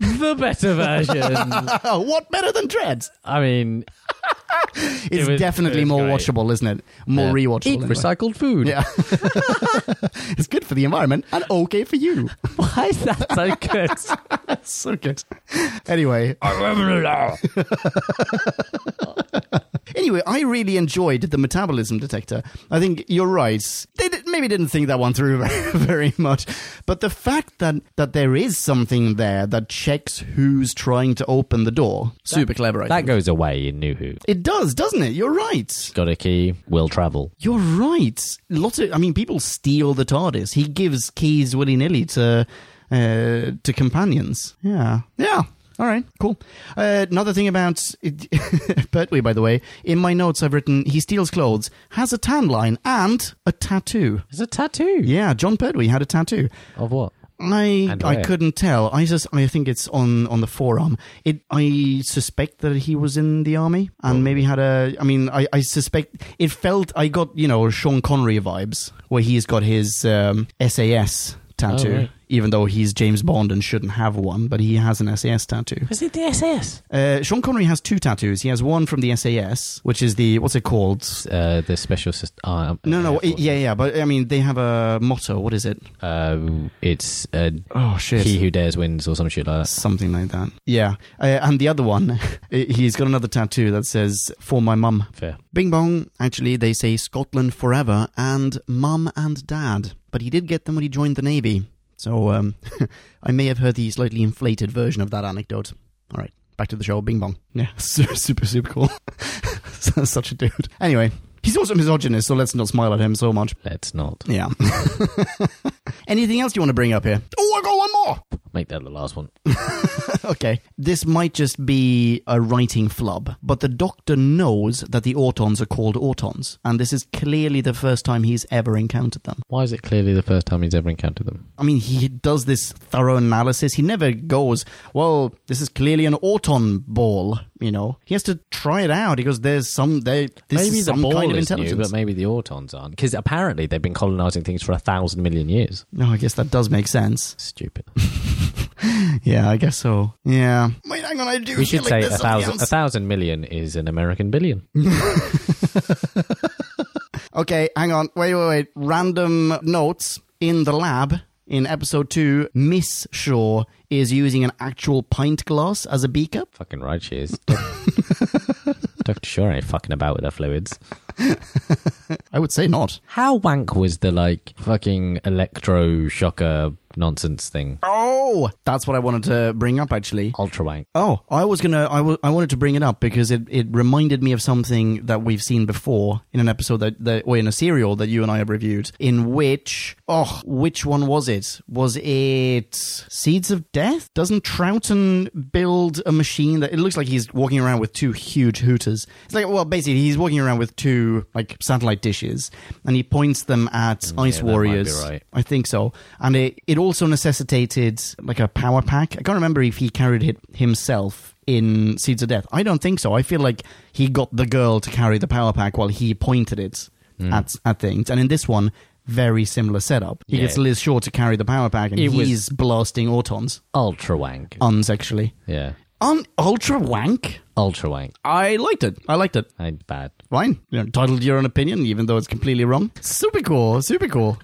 Speaker 2: the better version.
Speaker 1: oh, what better than Dreads?
Speaker 2: I mean,
Speaker 1: It's
Speaker 2: It was-
Speaker 1: definitely
Speaker 2: it was
Speaker 1: more
Speaker 2: great.
Speaker 1: watchable, isn't it? More
Speaker 2: yeah.
Speaker 1: rewatchable.
Speaker 2: Eat
Speaker 1: anyway.
Speaker 2: recycled food.
Speaker 1: Yeah. it's good for the environment and okay for you.
Speaker 2: Why is that so good?
Speaker 1: so good. Anyway, Anyway, I really enjoyed the metabolism detector. I think you're right. They did, maybe didn't think that one through very, very much, but the fact that that there is something there that checks who's trying to open the door, super clever. I
Speaker 2: That
Speaker 1: think.
Speaker 2: goes away in New Who.
Speaker 1: it does, doesn't it? You're right.
Speaker 2: Got a key, will travel.
Speaker 1: You're right. Lots of, I mean, people steal the TARDIS. He gives keys willy nilly to uh, to companions. Yeah, yeah. All right, cool. Uh, another thing about Pertwee, by the way, in my notes I've written he steals clothes, has a tan line, and a tattoo.
Speaker 2: It's a tattoo.
Speaker 1: Yeah, John Pertwee had a tattoo.
Speaker 2: Of what?
Speaker 1: I
Speaker 2: And
Speaker 1: I
Speaker 2: where?
Speaker 1: couldn't tell. I just I think it's on on the forearm. It I suspect that he was in the army
Speaker 2: Oh.
Speaker 1: and maybe had a. I mean, I I suspect it felt I got you know Sean Connery vibes where he's got his um, SAS tattoo.
Speaker 2: Oh, right.
Speaker 1: Even though he's James Bond and shouldn't have one, but he has an SAS tattoo.
Speaker 2: Is it the SS?
Speaker 1: Uh, Sean Connery has two tattoos. He has one from the SAS, which is the what's it called?
Speaker 2: Uh, the special system. Uh,
Speaker 1: No, no,
Speaker 2: Air Force.
Speaker 1: it- yeah, yeah. But I mean, they have a motto. What is it?
Speaker 2: Uh, it's uh,
Speaker 1: Oh shit!
Speaker 2: he who dares wins or some shit like that.
Speaker 1: Something like that. Yeah. Uh, and the other one, he's got another tattoo that says, For my mum.
Speaker 2: Fair.
Speaker 1: Bing bong. Actually, they say Scotland forever and mum and dad. But he did get them when he joined the Navy. So um, I may have heard the slightly inflated version of that anecdote. All right. Back to the show. Bing bong. Yeah. Super, super, super cool. Such a dude. Anyway, he's also misogynist, so let's not smile at him so much.
Speaker 2: Let's not
Speaker 1: Yeah. Anything else you want to bring up here? Oh, I got one more.
Speaker 2: make that the last one.
Speaker 1: Okay. This might just be a writing flub, but the doctor knows that the Autons are called Autons, and this is clearly the first time he's ever encountered them.
Speaker 2: Why is it clearly the first time he's ever encountered them?
Speaker 1: I mean, he does this thorough analysis. He never goes, well, this is clearly an Auton ball, you know. He has to try it out. He goes, there's some, there, this
Speaker 2: maybe
Speaker 1: is
Speaker 2: the
Speaker 1: some
Speaker 2: ball
Speaker 1: kind of
Speaker 2: is new,
Speaker 1: intelligence.
Speaker 2: but maybe the Autons aren't. Because apparently they've been colonizing things for a thousand million years.
Speaker 1: no, I guess that does make sense.
Speaker 2: Stupid.
Speaker 1: Yeah, I guess so. Yeah. Wait, hang on, I do
Speaker 2: We
Speaker 1: feel
Speaker 2: should
Speaker 1: like
Speaker 2: say a
Speaker 1: there's something
Speaker 2: thousand. A
Speaker 1: else.
Speaker 2: thousand million is an American billion.
Speaker 1: Okay, hang on. Wait, wait, wait. Random notes in the lab in episode two. Miss Shaw is using an actual pint glass as a beaker.
Speaker 2: Fucking right, she is. Doctor Shaw ain't fucking about with her fluids.
Speaker 1: I would say not.
Speaker 2: How wank was the like fucking electro shocker nonsense thing?
Speaker 1: Oh, that's what I wanted to bring up actually.
Speaker 2: Ultra wank.
Speaker 1: Oh, I was gonna. I wa- I wanted to bring it up because it, it reminded me of something that we've seen before in an episode that, that or in a serial that you and I have reviewed. In which, oh, which one was it? Was it Seeds of Death? Doesn't Troughton build a machine that it looks like he's walking around with two huge hooters? It's like well, basically he's walking around with two like satellite dishes, and he points them at Ice
Speaker 2: Mm, that might be
Speaker 1: Warriors.
Speaker 2: right.
Speaker 1: I think so. And it, it also necessitated like a power pack. I can't remember if he carried it himself in Seeds of Death. I don't think so. I feel like he got the girl to carry the power pack while he pointed it at, at things. And in this one, very similar setup. He
Speaker 2: Yeah.
Speaker 1: gets Liz Shaw to carry the power pack and
Speaker 2: It was-
Speaker 1: he's blasting Autons.
Speaker 2: Ultra wank.
Speaker 1: Uns, actually.
Speaker 2: Yeah.
Speaker 1: Un- ultra wank?
Speaker 2: Ultra wank.
Speaker 1: I liked it. I liked it.
Speaker 2: Ain't bad.
Speaker 1: Fine. You're entitled to your own opinion, even though it's completely wrong. Super cool. Super cool.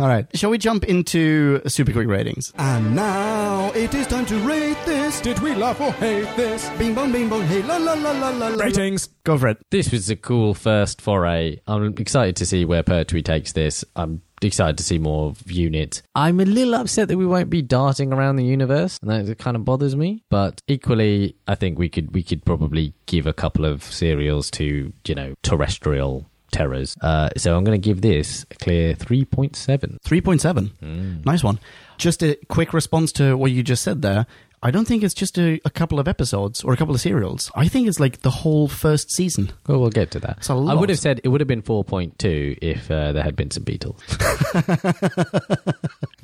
Speaker 1: All right. Shall we jump into super quick ratings?
Speaker 5: And now it is time to rate this. Did we love or hate this?
Speaker 3: Bing bong, bing bong, hey la la la la la la.
Speaker 5: Ratings.
Speaker 1: Go for it.
Speaker 2: This was a cool first foray. I'm excited to see where Pertwee takes this. I'm excited to see more of Unit. I'm a little upset that we won't be darting around the universe, and that kind of bothers me. But equally, I think we could we could probably give a couple of serials to you know terrestrial terrors. Uh, so I'm going to give this a clear three point seven.
Speaker 1: 3.7. Nice one. Just a quick response to what you just said there. I don't think it's just a, a couple of episodes or a couple of serials. I think it's like the whole first season.
Speaker 2: Well, we'll get to that.
Speaker 1: It's a lot.
Speaker 2: I would have said it would have been 4.2 if uh, there had been some Beatles.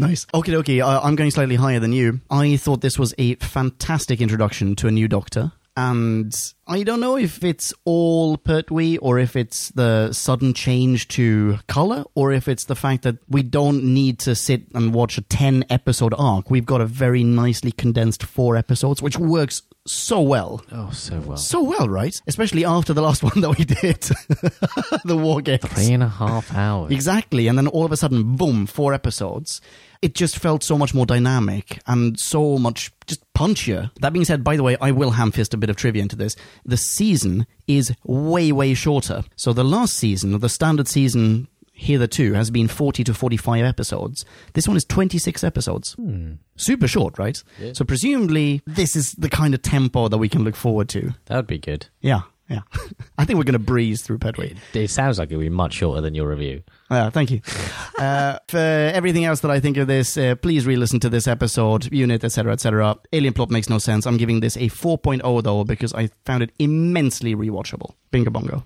Speaker 1: Nice. Okay, okay. Uh, I'm going slightly higher than you. I thought this was a fantastic introduction to a new Doctor, and I don't know if it's all Pertwee or if it's the sudden change to color or if it's the fact that we don't need to sit and watch a ten episode arc. We've got a very nicely condensed four episodes, which works so well.
Speaker 2: Oh, so well.
Speaker 1: So well, right? Especially after the last one that we did, the War Games.
Speaker 2: Three and a half hours.
Speaker 1: Exactly, and then all of a sudden, boom, four episodes. It just felt so much more dynamic and so much just punchier. That being said, by the way, I will ham-fist a bit of trivia into this. The season is way, way shorter. So the last season, the standard season hitherto, has been 40 to 45 episodes. This one is 26 episodes. Super short, right? So presumably, this is the kind of tempo that we can look forward to.
Speaker 2: That would be good.
Speaker 1: Yeah, yeah. I think we're going to breeze through Pedway.
Speaker 2: It sounds like it would be much shorter than your review.
Speaker 1: Uh, thank you. Uh, for everything else that I think of this, uh, please re-listen to this episode, unit, etc., etc. Alien plot makes no sense. I'm giving this a 4.0 though because I found it immensely rewatchable. Bingo bongo.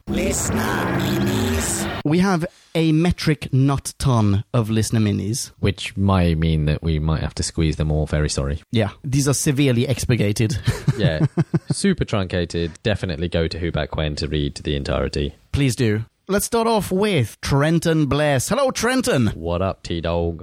Speaker 1: We have a metric nut ton of listener minis.
Speaker 2: Which might mean that we might have to squeeze them all. Very sorry.
Speaker 1: Yeah, these are severely expurgated.
Speaker 2: Yeah. Super truncated. Definitely go to Who Back When to read the entirety.
Speaker 1: please do. Let's start off with Trenton Bless. Hello, Trenton.
Speaker 2: What up, T Dog?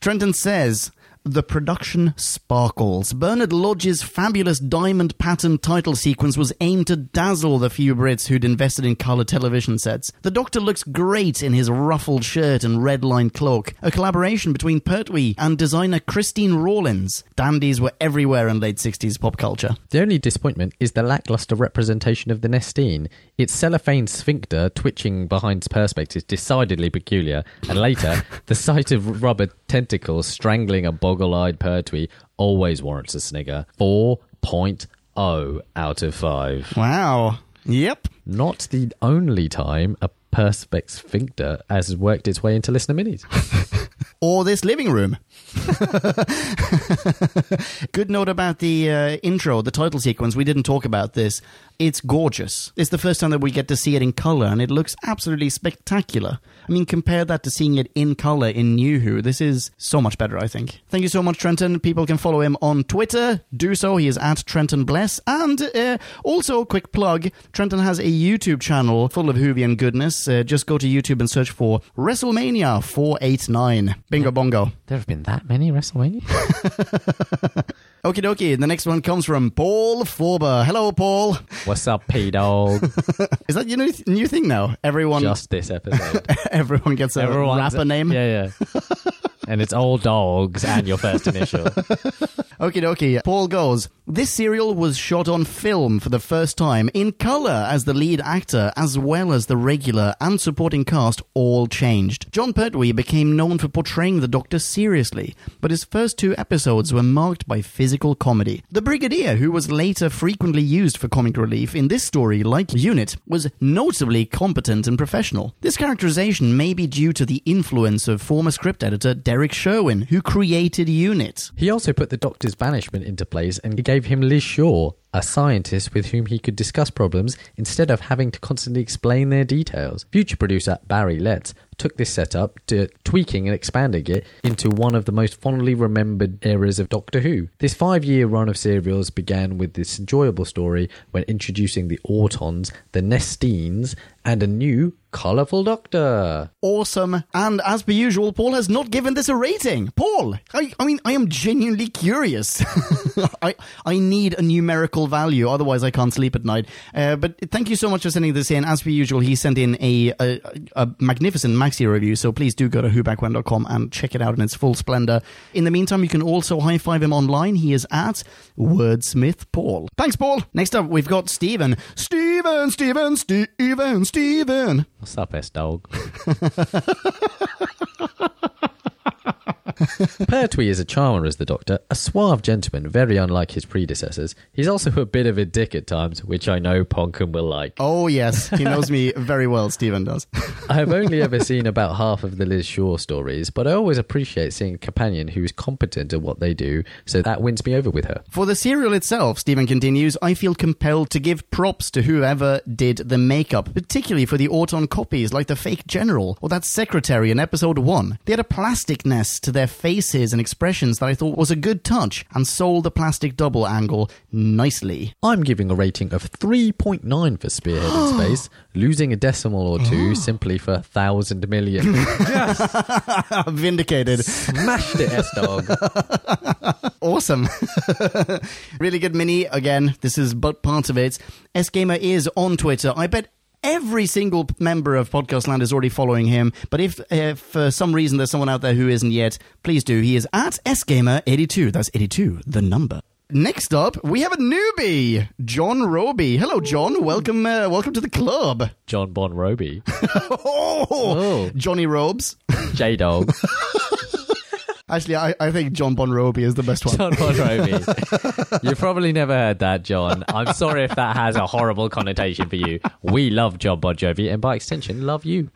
Speaker 1: Trenton says the production sparkles. Bernard Lodge's fabulous diamond pattern title sequence was aimed to dazzle the few Brits who'd invested in colour television sets. The Doctor looks great in his ruffled shirt and red lined cloak, a collaboration between Pertwee and designer Christine Rawlins. Dandies were everywhere in late 60s pop culture.
Speaker 2: The only disappointment is the lackluster representation of the Nestine. Its cellophane sphincter twitching behind perspex is decidedly peculiar, and later, the sight of rubber tentacles strangling a boggle eyed Pertwee always warrants a snigger. 4.0 out of 5.
Speaker 1: Wow. Yep.
Speaker 2: Not the only time a perspex sphincter has worked its way into listener minis.
Speaker 1: or this living room. Good note about the uh, intro, the title sequence. We didn't talk about this. It's gorgeous. It's the first time that we get to see it in color, and it looks absolutely spectacular. I mean, compare that to seeing it in color in New Who. This is so much better, I think. Thank you so much, Trenton. People can follow him on Twitter. Do so. He is at Trenton Bless. And uh, also, quick plug Trenton has a YouTube channel full of Whovian goodness. Uh, just go to YouTube and search for WrestleMania 489. Bingo bongo.
Speaker 2: There have been that many WrestleMania?
Speaker 1: Okie dokie, the next one comes from Paul Forber. Hello, Paul.
Speaker 2: What's up, P Dog?
Speaker 1: Is that your new, new thing now? Everyone
Speaker 2: Just this episode.
Speaker 1: everyone gets a
Speaker 2: Everyone's-
Speaker 1: rapper name?
Speaker 2: Yeah, yeah. and it's all dogs and your first initial.
Speaker 1: Okie dokie. Paul goes, This serial was shot on film for the first time in color as the lead actor, as well as the regular and supporting cast all changed. John Pertwee became known for portraying the Doctor seriously, but his first two episodes were marked by physical comedy. The Brigadier, who was later frequently used for comic relief in this story, like Unit, was notably competent and professional. This characterization may be due to the influence of former script editor Derek Sherwin, who created Unit.
Speaker 2: he also put the Doctor's banishment into place and gave him Liz Shaw, a scientist with whom he could discuss problems instead of having to constantly explain their details. Future producer Barry Letts took this setup to tweaking and expanding it into one of the most fondly remembered eras of Doctor Who. This five-year run of serials began with this enjoyable story when introducing the Autons, the Nestines, and a new colourful Doctor.
Speaker 1: awesome. And as per usual, Paul has not given this a rating. Paul, I, I mean, I am genuinely curious. I, I need a numerical value, otherwise I can't sleep at night. Uh, but thank you so much for sending this in. As per usual, he sent in a a, a magnificent maxi review, so please do go to whoback1.com and check it out in its full splendor. In the meantime, you can also high five him online. He is at Wordsmith Paul. Thanks, Paul. Next up, we've got Stephen. Stephen, Stephen, Stephen, Stephen.
Speaker 2: What's up, S Dog? Pertwee is a charmer as the Doctor, a suave gentleman, very unlike his predecessors. He's also a bit of a dick at times, which I know Ponkin will like.
Speaker 1: Oh yes, he knows me very well. Stephen does.
Speaker 2: I've only ever seen about half of the Liz Shaw stories, but I always appreciate seeing a companion who is competent at what they do, so that wins me over with her.
Speaker 1: For the serial itself, Stephen continues, I feel compelled to give props to whoever did the makeup, particularly for the Auton copies like the fake general or that secretary in episode 1. They had a plasticness to their faces and expressions that I thought was a good touch and sold the plastic double angle nicely.
Speaker 2: I'm giving a rating of 3.9 for Spearhead in Space, losing a decimal or two simply for a thousand million.
Speaker 1: Vindicated.
Speaker 2: Smashed it, S Dog.
Speaker 1: awesome. really good mini. Again, this is but part of it. S Gamer is on Twitter. I bet every single member of Podcast Land is already following him. But if, if for some reason there's someone out there who isn't yet, please do. He is at S Gamer 82 That's 82, the number. Next up, we have a newbie, John Roby. Hello, John. Welcome, uh, welcome to the club.
Speaker 2: John Bon Roby,
Speaker 1: Oh,
Speaker 2: Oh.
Speaker 1: Johnny Robes.
Speaker 2: J Dog,
Speaker 1: Actually, I, I think John Bon Roby is the best one.
Speaker 2: John Bon Roby. You've probably never heard that, John. I'm sorry if that has a horrible connotation for you. We love John Bon Jovi, and by extension, love you.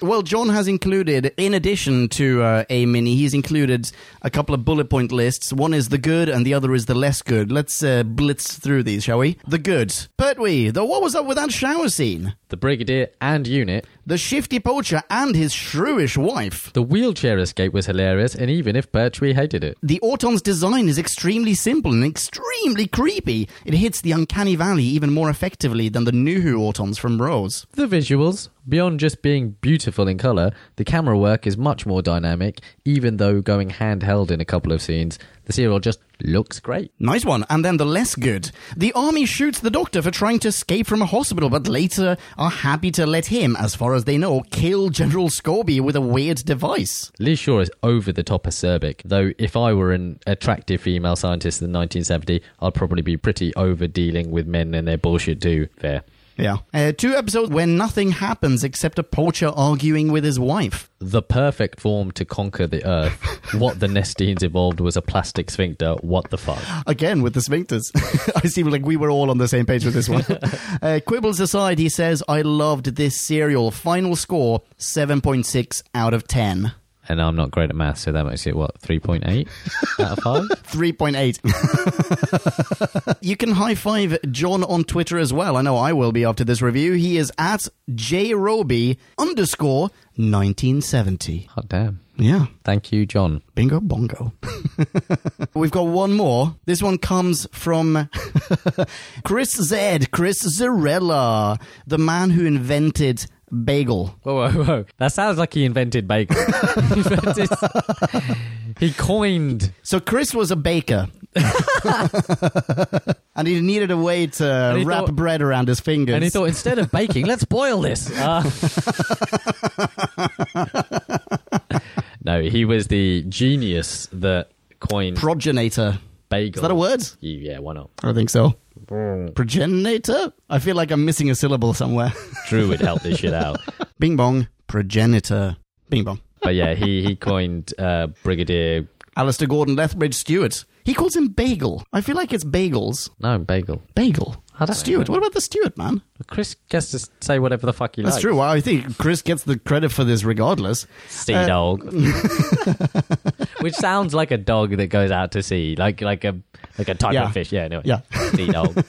Speaker 1: Well, John has included, in addition to uh, a mini, he's included a couple of bullet point lists. One is the good, and the other is the less good. Let's uh, blitz through these, shall we? The good. Pertwee, though, what was up with that shower scene?
Speaker 2: The Brigadier and Unit.
Speaker 1: The shifty poacher and his shrewish wife.
Speaker 2: The wheelchair escape was hilarious, and even if Pertwee hated it.
Speaker 1: The Auton's design is extremely simple and extremely creepy. It hits the uncanny valley even more effectively than the Nuhu Autons from Rose.
Speaker 2: The visuals, beyond just being beautiful in colour, the camera work is much more dynamic, even though going handheld in a couple of scenes, the serial just looks great.
Speaker 1: Nice one. And then the less good. The army shoots the doctor for trying to escape from a hospital, but later are happy to let him, as far as they know, kill General Scorby with a weird device.
Speaker 2: Liz Shaw is over the top acerbic, though if I were an attractive female scientist in 1970, I'd probably be pretty over dealing with men and their bullshit too. Fair.
Speaker 1: Yeah. Uh, two episodes where nothing happens except a poacher arguing with his wife.
Speaker 2: The perfect form to conquer the Earth. what the Nestines evolved was a plastic sphincter. What the fuck?
Speaker 1: Again with the sphincters. I seem like we were all on the same page with this one. uh, quibbles aside, he says, I loved this serial. Final score 7.6 out of 10.
Speaker 2: And I'm not great at math, so that makes it what, 3.8 out of 5?
Speaker 1: 3.8. you can high five John on Twitter as well. I know I will be after this review. He is at jroby underscore 1970.
Speaker 2: Hot Oh, damn.
Speaker 1: Yeah.
Speaker 2: Thank you, John.
Speaker 1: Bingo bongo. We've got one more. This one comes from Chris Z, Chris Zarella, the man who invented bagel.
Speaker 2: Whoa, whoa, whoa. That sounds like he invented bacon. He invented- he coined.
Speaker 1: So Chris was a baker. and he needed a way
Speaker 2: And
Speaker 1: to
Speaker 2: he
Speaker 1: wrap
Speaker 2: thought-
Speaker 1: bread around his fingers.
Speaker 2: And he thought, instead of baking, let's boil this. Uh, no, he was the genius that coined
Speaker 1: progenitor.
Speaker 2: bagel.
Speaker 1: Is that a word?
Speaker 2: Yeah, why not?
Speaker 1: I don't think so. Progenitor? I feel like I'm missing a syllable somewhere.
Speaker 2: Drew would help this shit out.
Speaker 1: Bing bong. Progenitor. Bing bong.
Speaker 2: But yeah, he, he coined uh, Brigadier.
Speaker 1: Alistair Gordon Lethbridge Stewart. He calls him Bagel. I feel like it's bagels.
Speaker 2: No, bagel.
Speaker 1: Bagel.
Speaker 2: I don't
Speaker 1: Stewart.
Speaker 2: know.
Speaker 1: What about the Stewart, man?
Speaker 2: Chris gets to say whatever the fuck he
Speaker 1: That's
Speaker 2: likes.
Speaker 1: true. Well, I think Chris gets the credit for this regardless.
Speaker 2: Sea
Speaker 1: Uh,
Speaker 2: dog, which sounds like a dog that goes out to sea, like like a like a type
Speaker 1: Yeah.
Speaker 2: of fish. Yeah, anyway.
Speaker 1: Yeah.
Speaker 2: sea dog.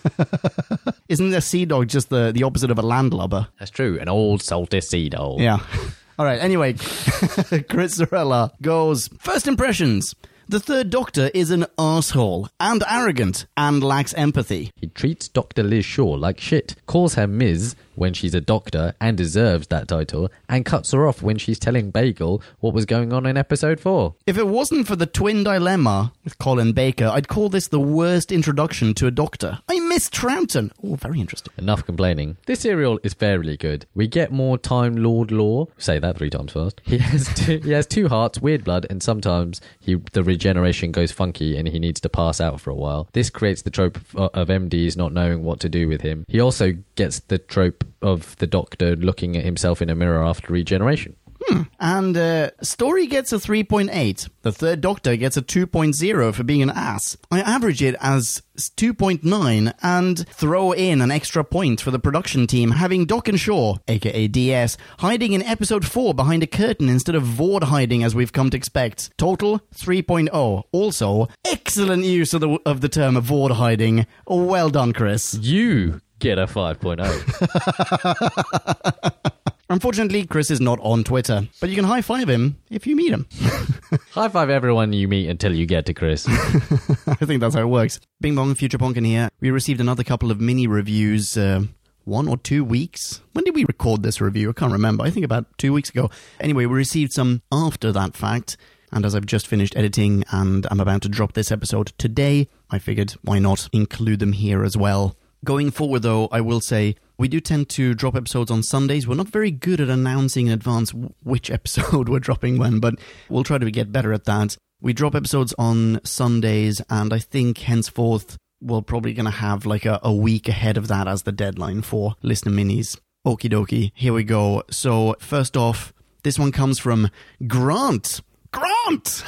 Speaker 1: Isn't a sea dog just the, the opposite of a landlubber?
Speaker 2: That's true. An old salty sea dog.
Speaker 1: Yeah. All right. Anyway, Chris Zarella goes first impressions. The third doctor is an asshole and arrogant and lacks empathy.
Speaker 2: He treats Doctor Liz Shaw like shit, calls her Ms. when she's a doctor and deserves that title, and cuts her off when she's telling Bagel what was going on in episode four.
Speaker 1: If it wasn't for the twin dilemma with Colin Baker, I'd call this the worst introduction to a doctor. I miss Troughton. Oh, very interesting.
Speaker 2: Enough complaining. This serial is fairly good. We get more Time Lord lore. Say that three times fast. He has two, he has two hearts, weird blood, and sometimes he the regeneration goes funky and he needs to pass out for a while. This creates the trope of, uh, of MDs not knowing what to do with him. He also gets the trope of the Doctor looking at himself in a mirror after regeneration.
Speaker 1: And uh, Story gets a 3.8. The third doctor gets a 2.0 for being an ass. I average it as 2.9 and throw in an extra point for the production team having Doc and Shaw, aka DS, hiding in episode 4 behind a curtain instead of Vord hiding as we've come to expect. Total 3.0. Also, excellent use of the, of the term Vord hiding. Well done, Chris.
Speaker 2: You get a oh. 5.0.
Speaker 1: Unfortunately, Chris is not on Twitter, but you can high five him if you meet him.
Speaker 2: High five everyone you meet until you get to Chris.
Speaker 1: I think that's how it works. Bing Bong, Future Ponkin here. We received another couple of mini reviews. Uh, one or two weeks. When did we record this review? I can't remember. I think about two weeks ago. Anyway, we received some after that fact. And as I've just finished editing and I'm about to drop this episode today, I figured why not include them here as well. Going forward, though, I will say we do tend to drop episodes on Sundays. We're not very good at announcing in advance w- which episode we're dropping when, but we'll try to get better at that. We drop episodes on Sundays, and I think henceforth we're probably going to have like a, a week ahead of that as the deadline for listener minis. Okie dokie, here we go. So, first off, this one comes from Grant. Grant!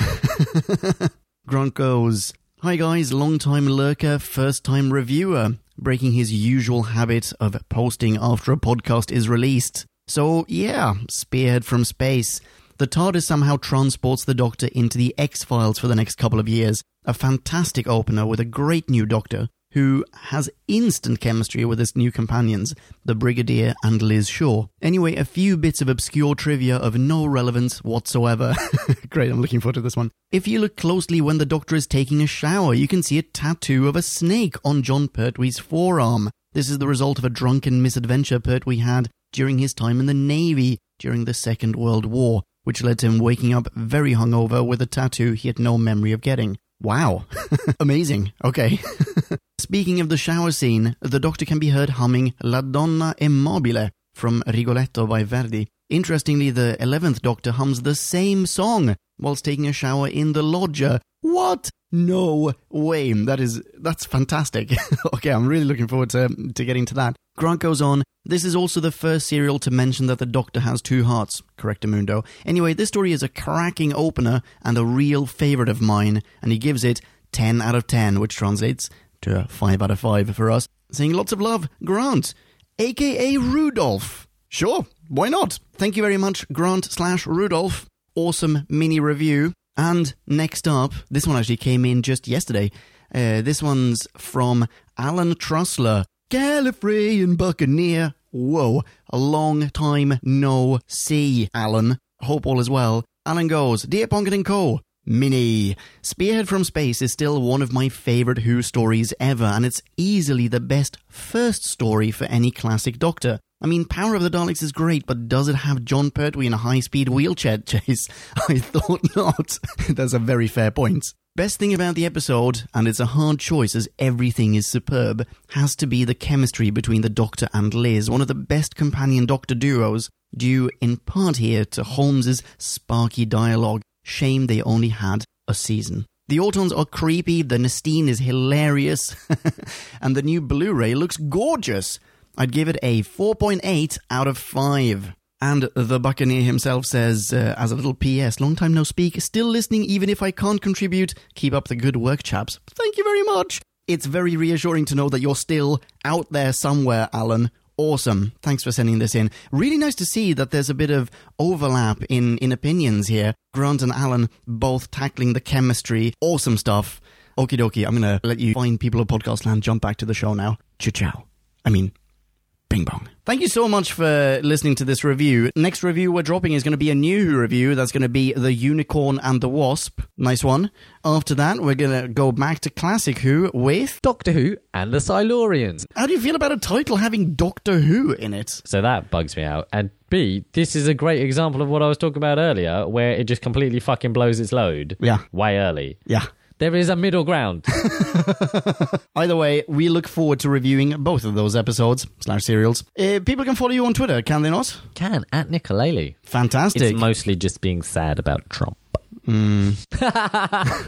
Speaker 1: Grant goes, Hi guys, long time lurker, first time reviewer, breaking his usual habit of posting after a podcast is released. So, yeah, Spearhead from Space. The TARDIS somehow transports the Doctor into the X Files for the next couple of years. A fantastic opener with a great new Doctor who has instant chemistry with his new companions, the Brigadier and Liz Shaw. Anyway, a few bits of obscure trivia of no relevance whatsoever. Great, I'm looking forward to this one. If you look closely when the Doctor is taking a shower, you can see a tattoo of a snake on John Pertwee's forearm. This is the result of a drunken misadventure Pertwee had during his time in the Navy during the Second World War, which led to him waking up very hungover with a tattoo he had no memory of getting. Wow. Amazing. Okay. Speaking of the shower scene, the Doctor can be heard humming La Donna Immobile from Rigoletto by Verdi. Interestingly, the 11th Doctor hums the same song whilst taking a shower in the loggia. What? No way. That is, that's fantastic. okay, I'm really looking forward to, to getting to that. Grant goes on, this is also the first serial to mention that the Doctor has two hearts, correct Amundo. Anyway, this story is a cracking opener and a real favourite of mine, and he gives it 10 out of 10, which translates to a 5 out of 5 for us. Saying lots of love, Grant, aka Rudolph. Sure, why not? Thank you very much, Grant slash Rudolph. Awesome mini review. And next up, this one actually came in just yesterday. Uh, this one's from Alan Trussler, Gallifreyan Buccaneer. Whoa, a long time no see, Alan. Hope all is well. Alan goes, Dear Ponkett and Co. Mini. Spearhead from Space is still one of my favourite Who stories ever, and it's easily the best first story for any classic Doctor. I mean, Power of the Daleks is great, but does it have John Pertwee in a high speed wheelchair chase? I thought not. That's a very fair point. Best thing about the episode, and it's a hard choice as everything is superb, has to be the chemistry between the Doctor and Liz, one of the best companion Doctor duos, due in part here to Holmes's sparky dialogue. Shame they only had a season. The Autons are creepy, the Nestine is hilarious, and the new Blu ray looks gorgeous. I'd give it a 4.8 out of 5. And the Buccaneer himself says, uh, as a little PS, long time no speak, still listening even if I can't contribute. Keep up the good work, chaps. Thank you very much. It's very reassuring to know that you're still out there somewhere, Alan. Awesome. Thanks for sending this in. Really nice to see that there's a bit of overlap in, in opinions here. Grant and Alan both tackling the chemistry. Awesome stuff. Okie dokie, I'm going to let you find people of podcast land. Jump back to the show now. Ciao ciao. I mean, Bing bong. Thank you so much for listening to this review. Next review we're dropping is going to be a new Who review. That's going to be The Unicorn and the Wasp. Nice one. After that, we're going to go back to Classic Who with.
Speaker 2: Doctor Who and the Silurians.
Speaker 1: How do you feel about a title having Doctor Who in it?
Speaker 2: So that bugs me out. And B, this is a great example of what I was talking about earlier, where it just completely fucking blows its load.
Speaker 1: Yeah.
Speaker 2: Way early.
Speaker 1: Yeah.
Speaker 2: There is a middle ground.
Speaker 1: Either way, we look forward to reviewing both of those episodes slash serials. Uh, people can follow you on Twitter, can they not?
Speaker 2: Can at Nicolele. It's
Speaker 1: Fantastic.
Speaker 2: mostly just being sad about Trump.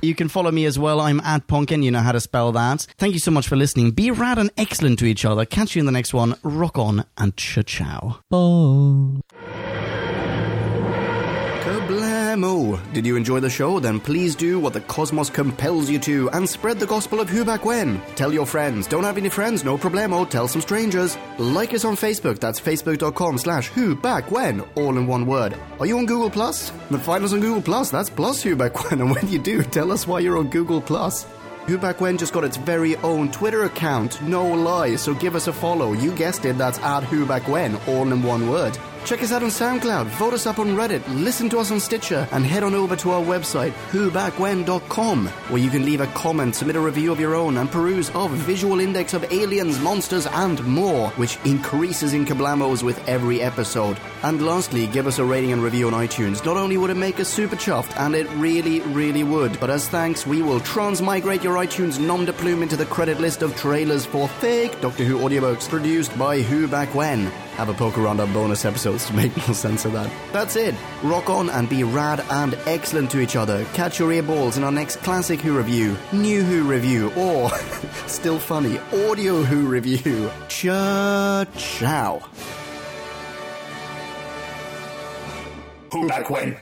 Speaker 1: You can follow me as well. I'm at Ponkin. You know how to spell that. Thank you so much for listening. Be rad and excellent to each other. Catch you in the next one. Rock on and cha ciao.
Speaker 3: Kablamo! Did you enjoy the show? Then please do what the cosmos compels you to and spread the gospel of who back when. Tell your friends. Don't have any friends? No problemo. Tell some strangers. Like us on Facebook. That's facebook.com slash who back when. All in one word. Are you on Google Plus? Then find us on Google Plus. That's plus who back when. And when you do, tell us why you're on Google Plus. Who Back When just got its very own Twitter account, no lie, so give us a follow. You guessed it, that's at Who Back When, all in one word.
Speaker 1: Check us out on SoundCloud, vote us up on Reddit, listen to us on Stitcher, and head on over to our website, whobackwhen.com, where you can leave a comment, submit a review of your own, and peruse our visual index of aliens, monsters, and more, which increases in kablamos with every episode. And lastly, give us a rating and review on iTunes. Not only would it make us super chuffed, and it really, really would, but as thanks, we will transmigrate your iTunes nom de plume into the credit list of trailers for fake Doctor Who audiobooks produced by Who Back When. Have a poke around our bonus episodes to make more sense of that. That's it. Rock on and be rad and excellent to each other. Catch your ear balls in our next classic Who review, new Who review, or still funny audio Who review. Cha ciao.
Speaker 6: Who back when?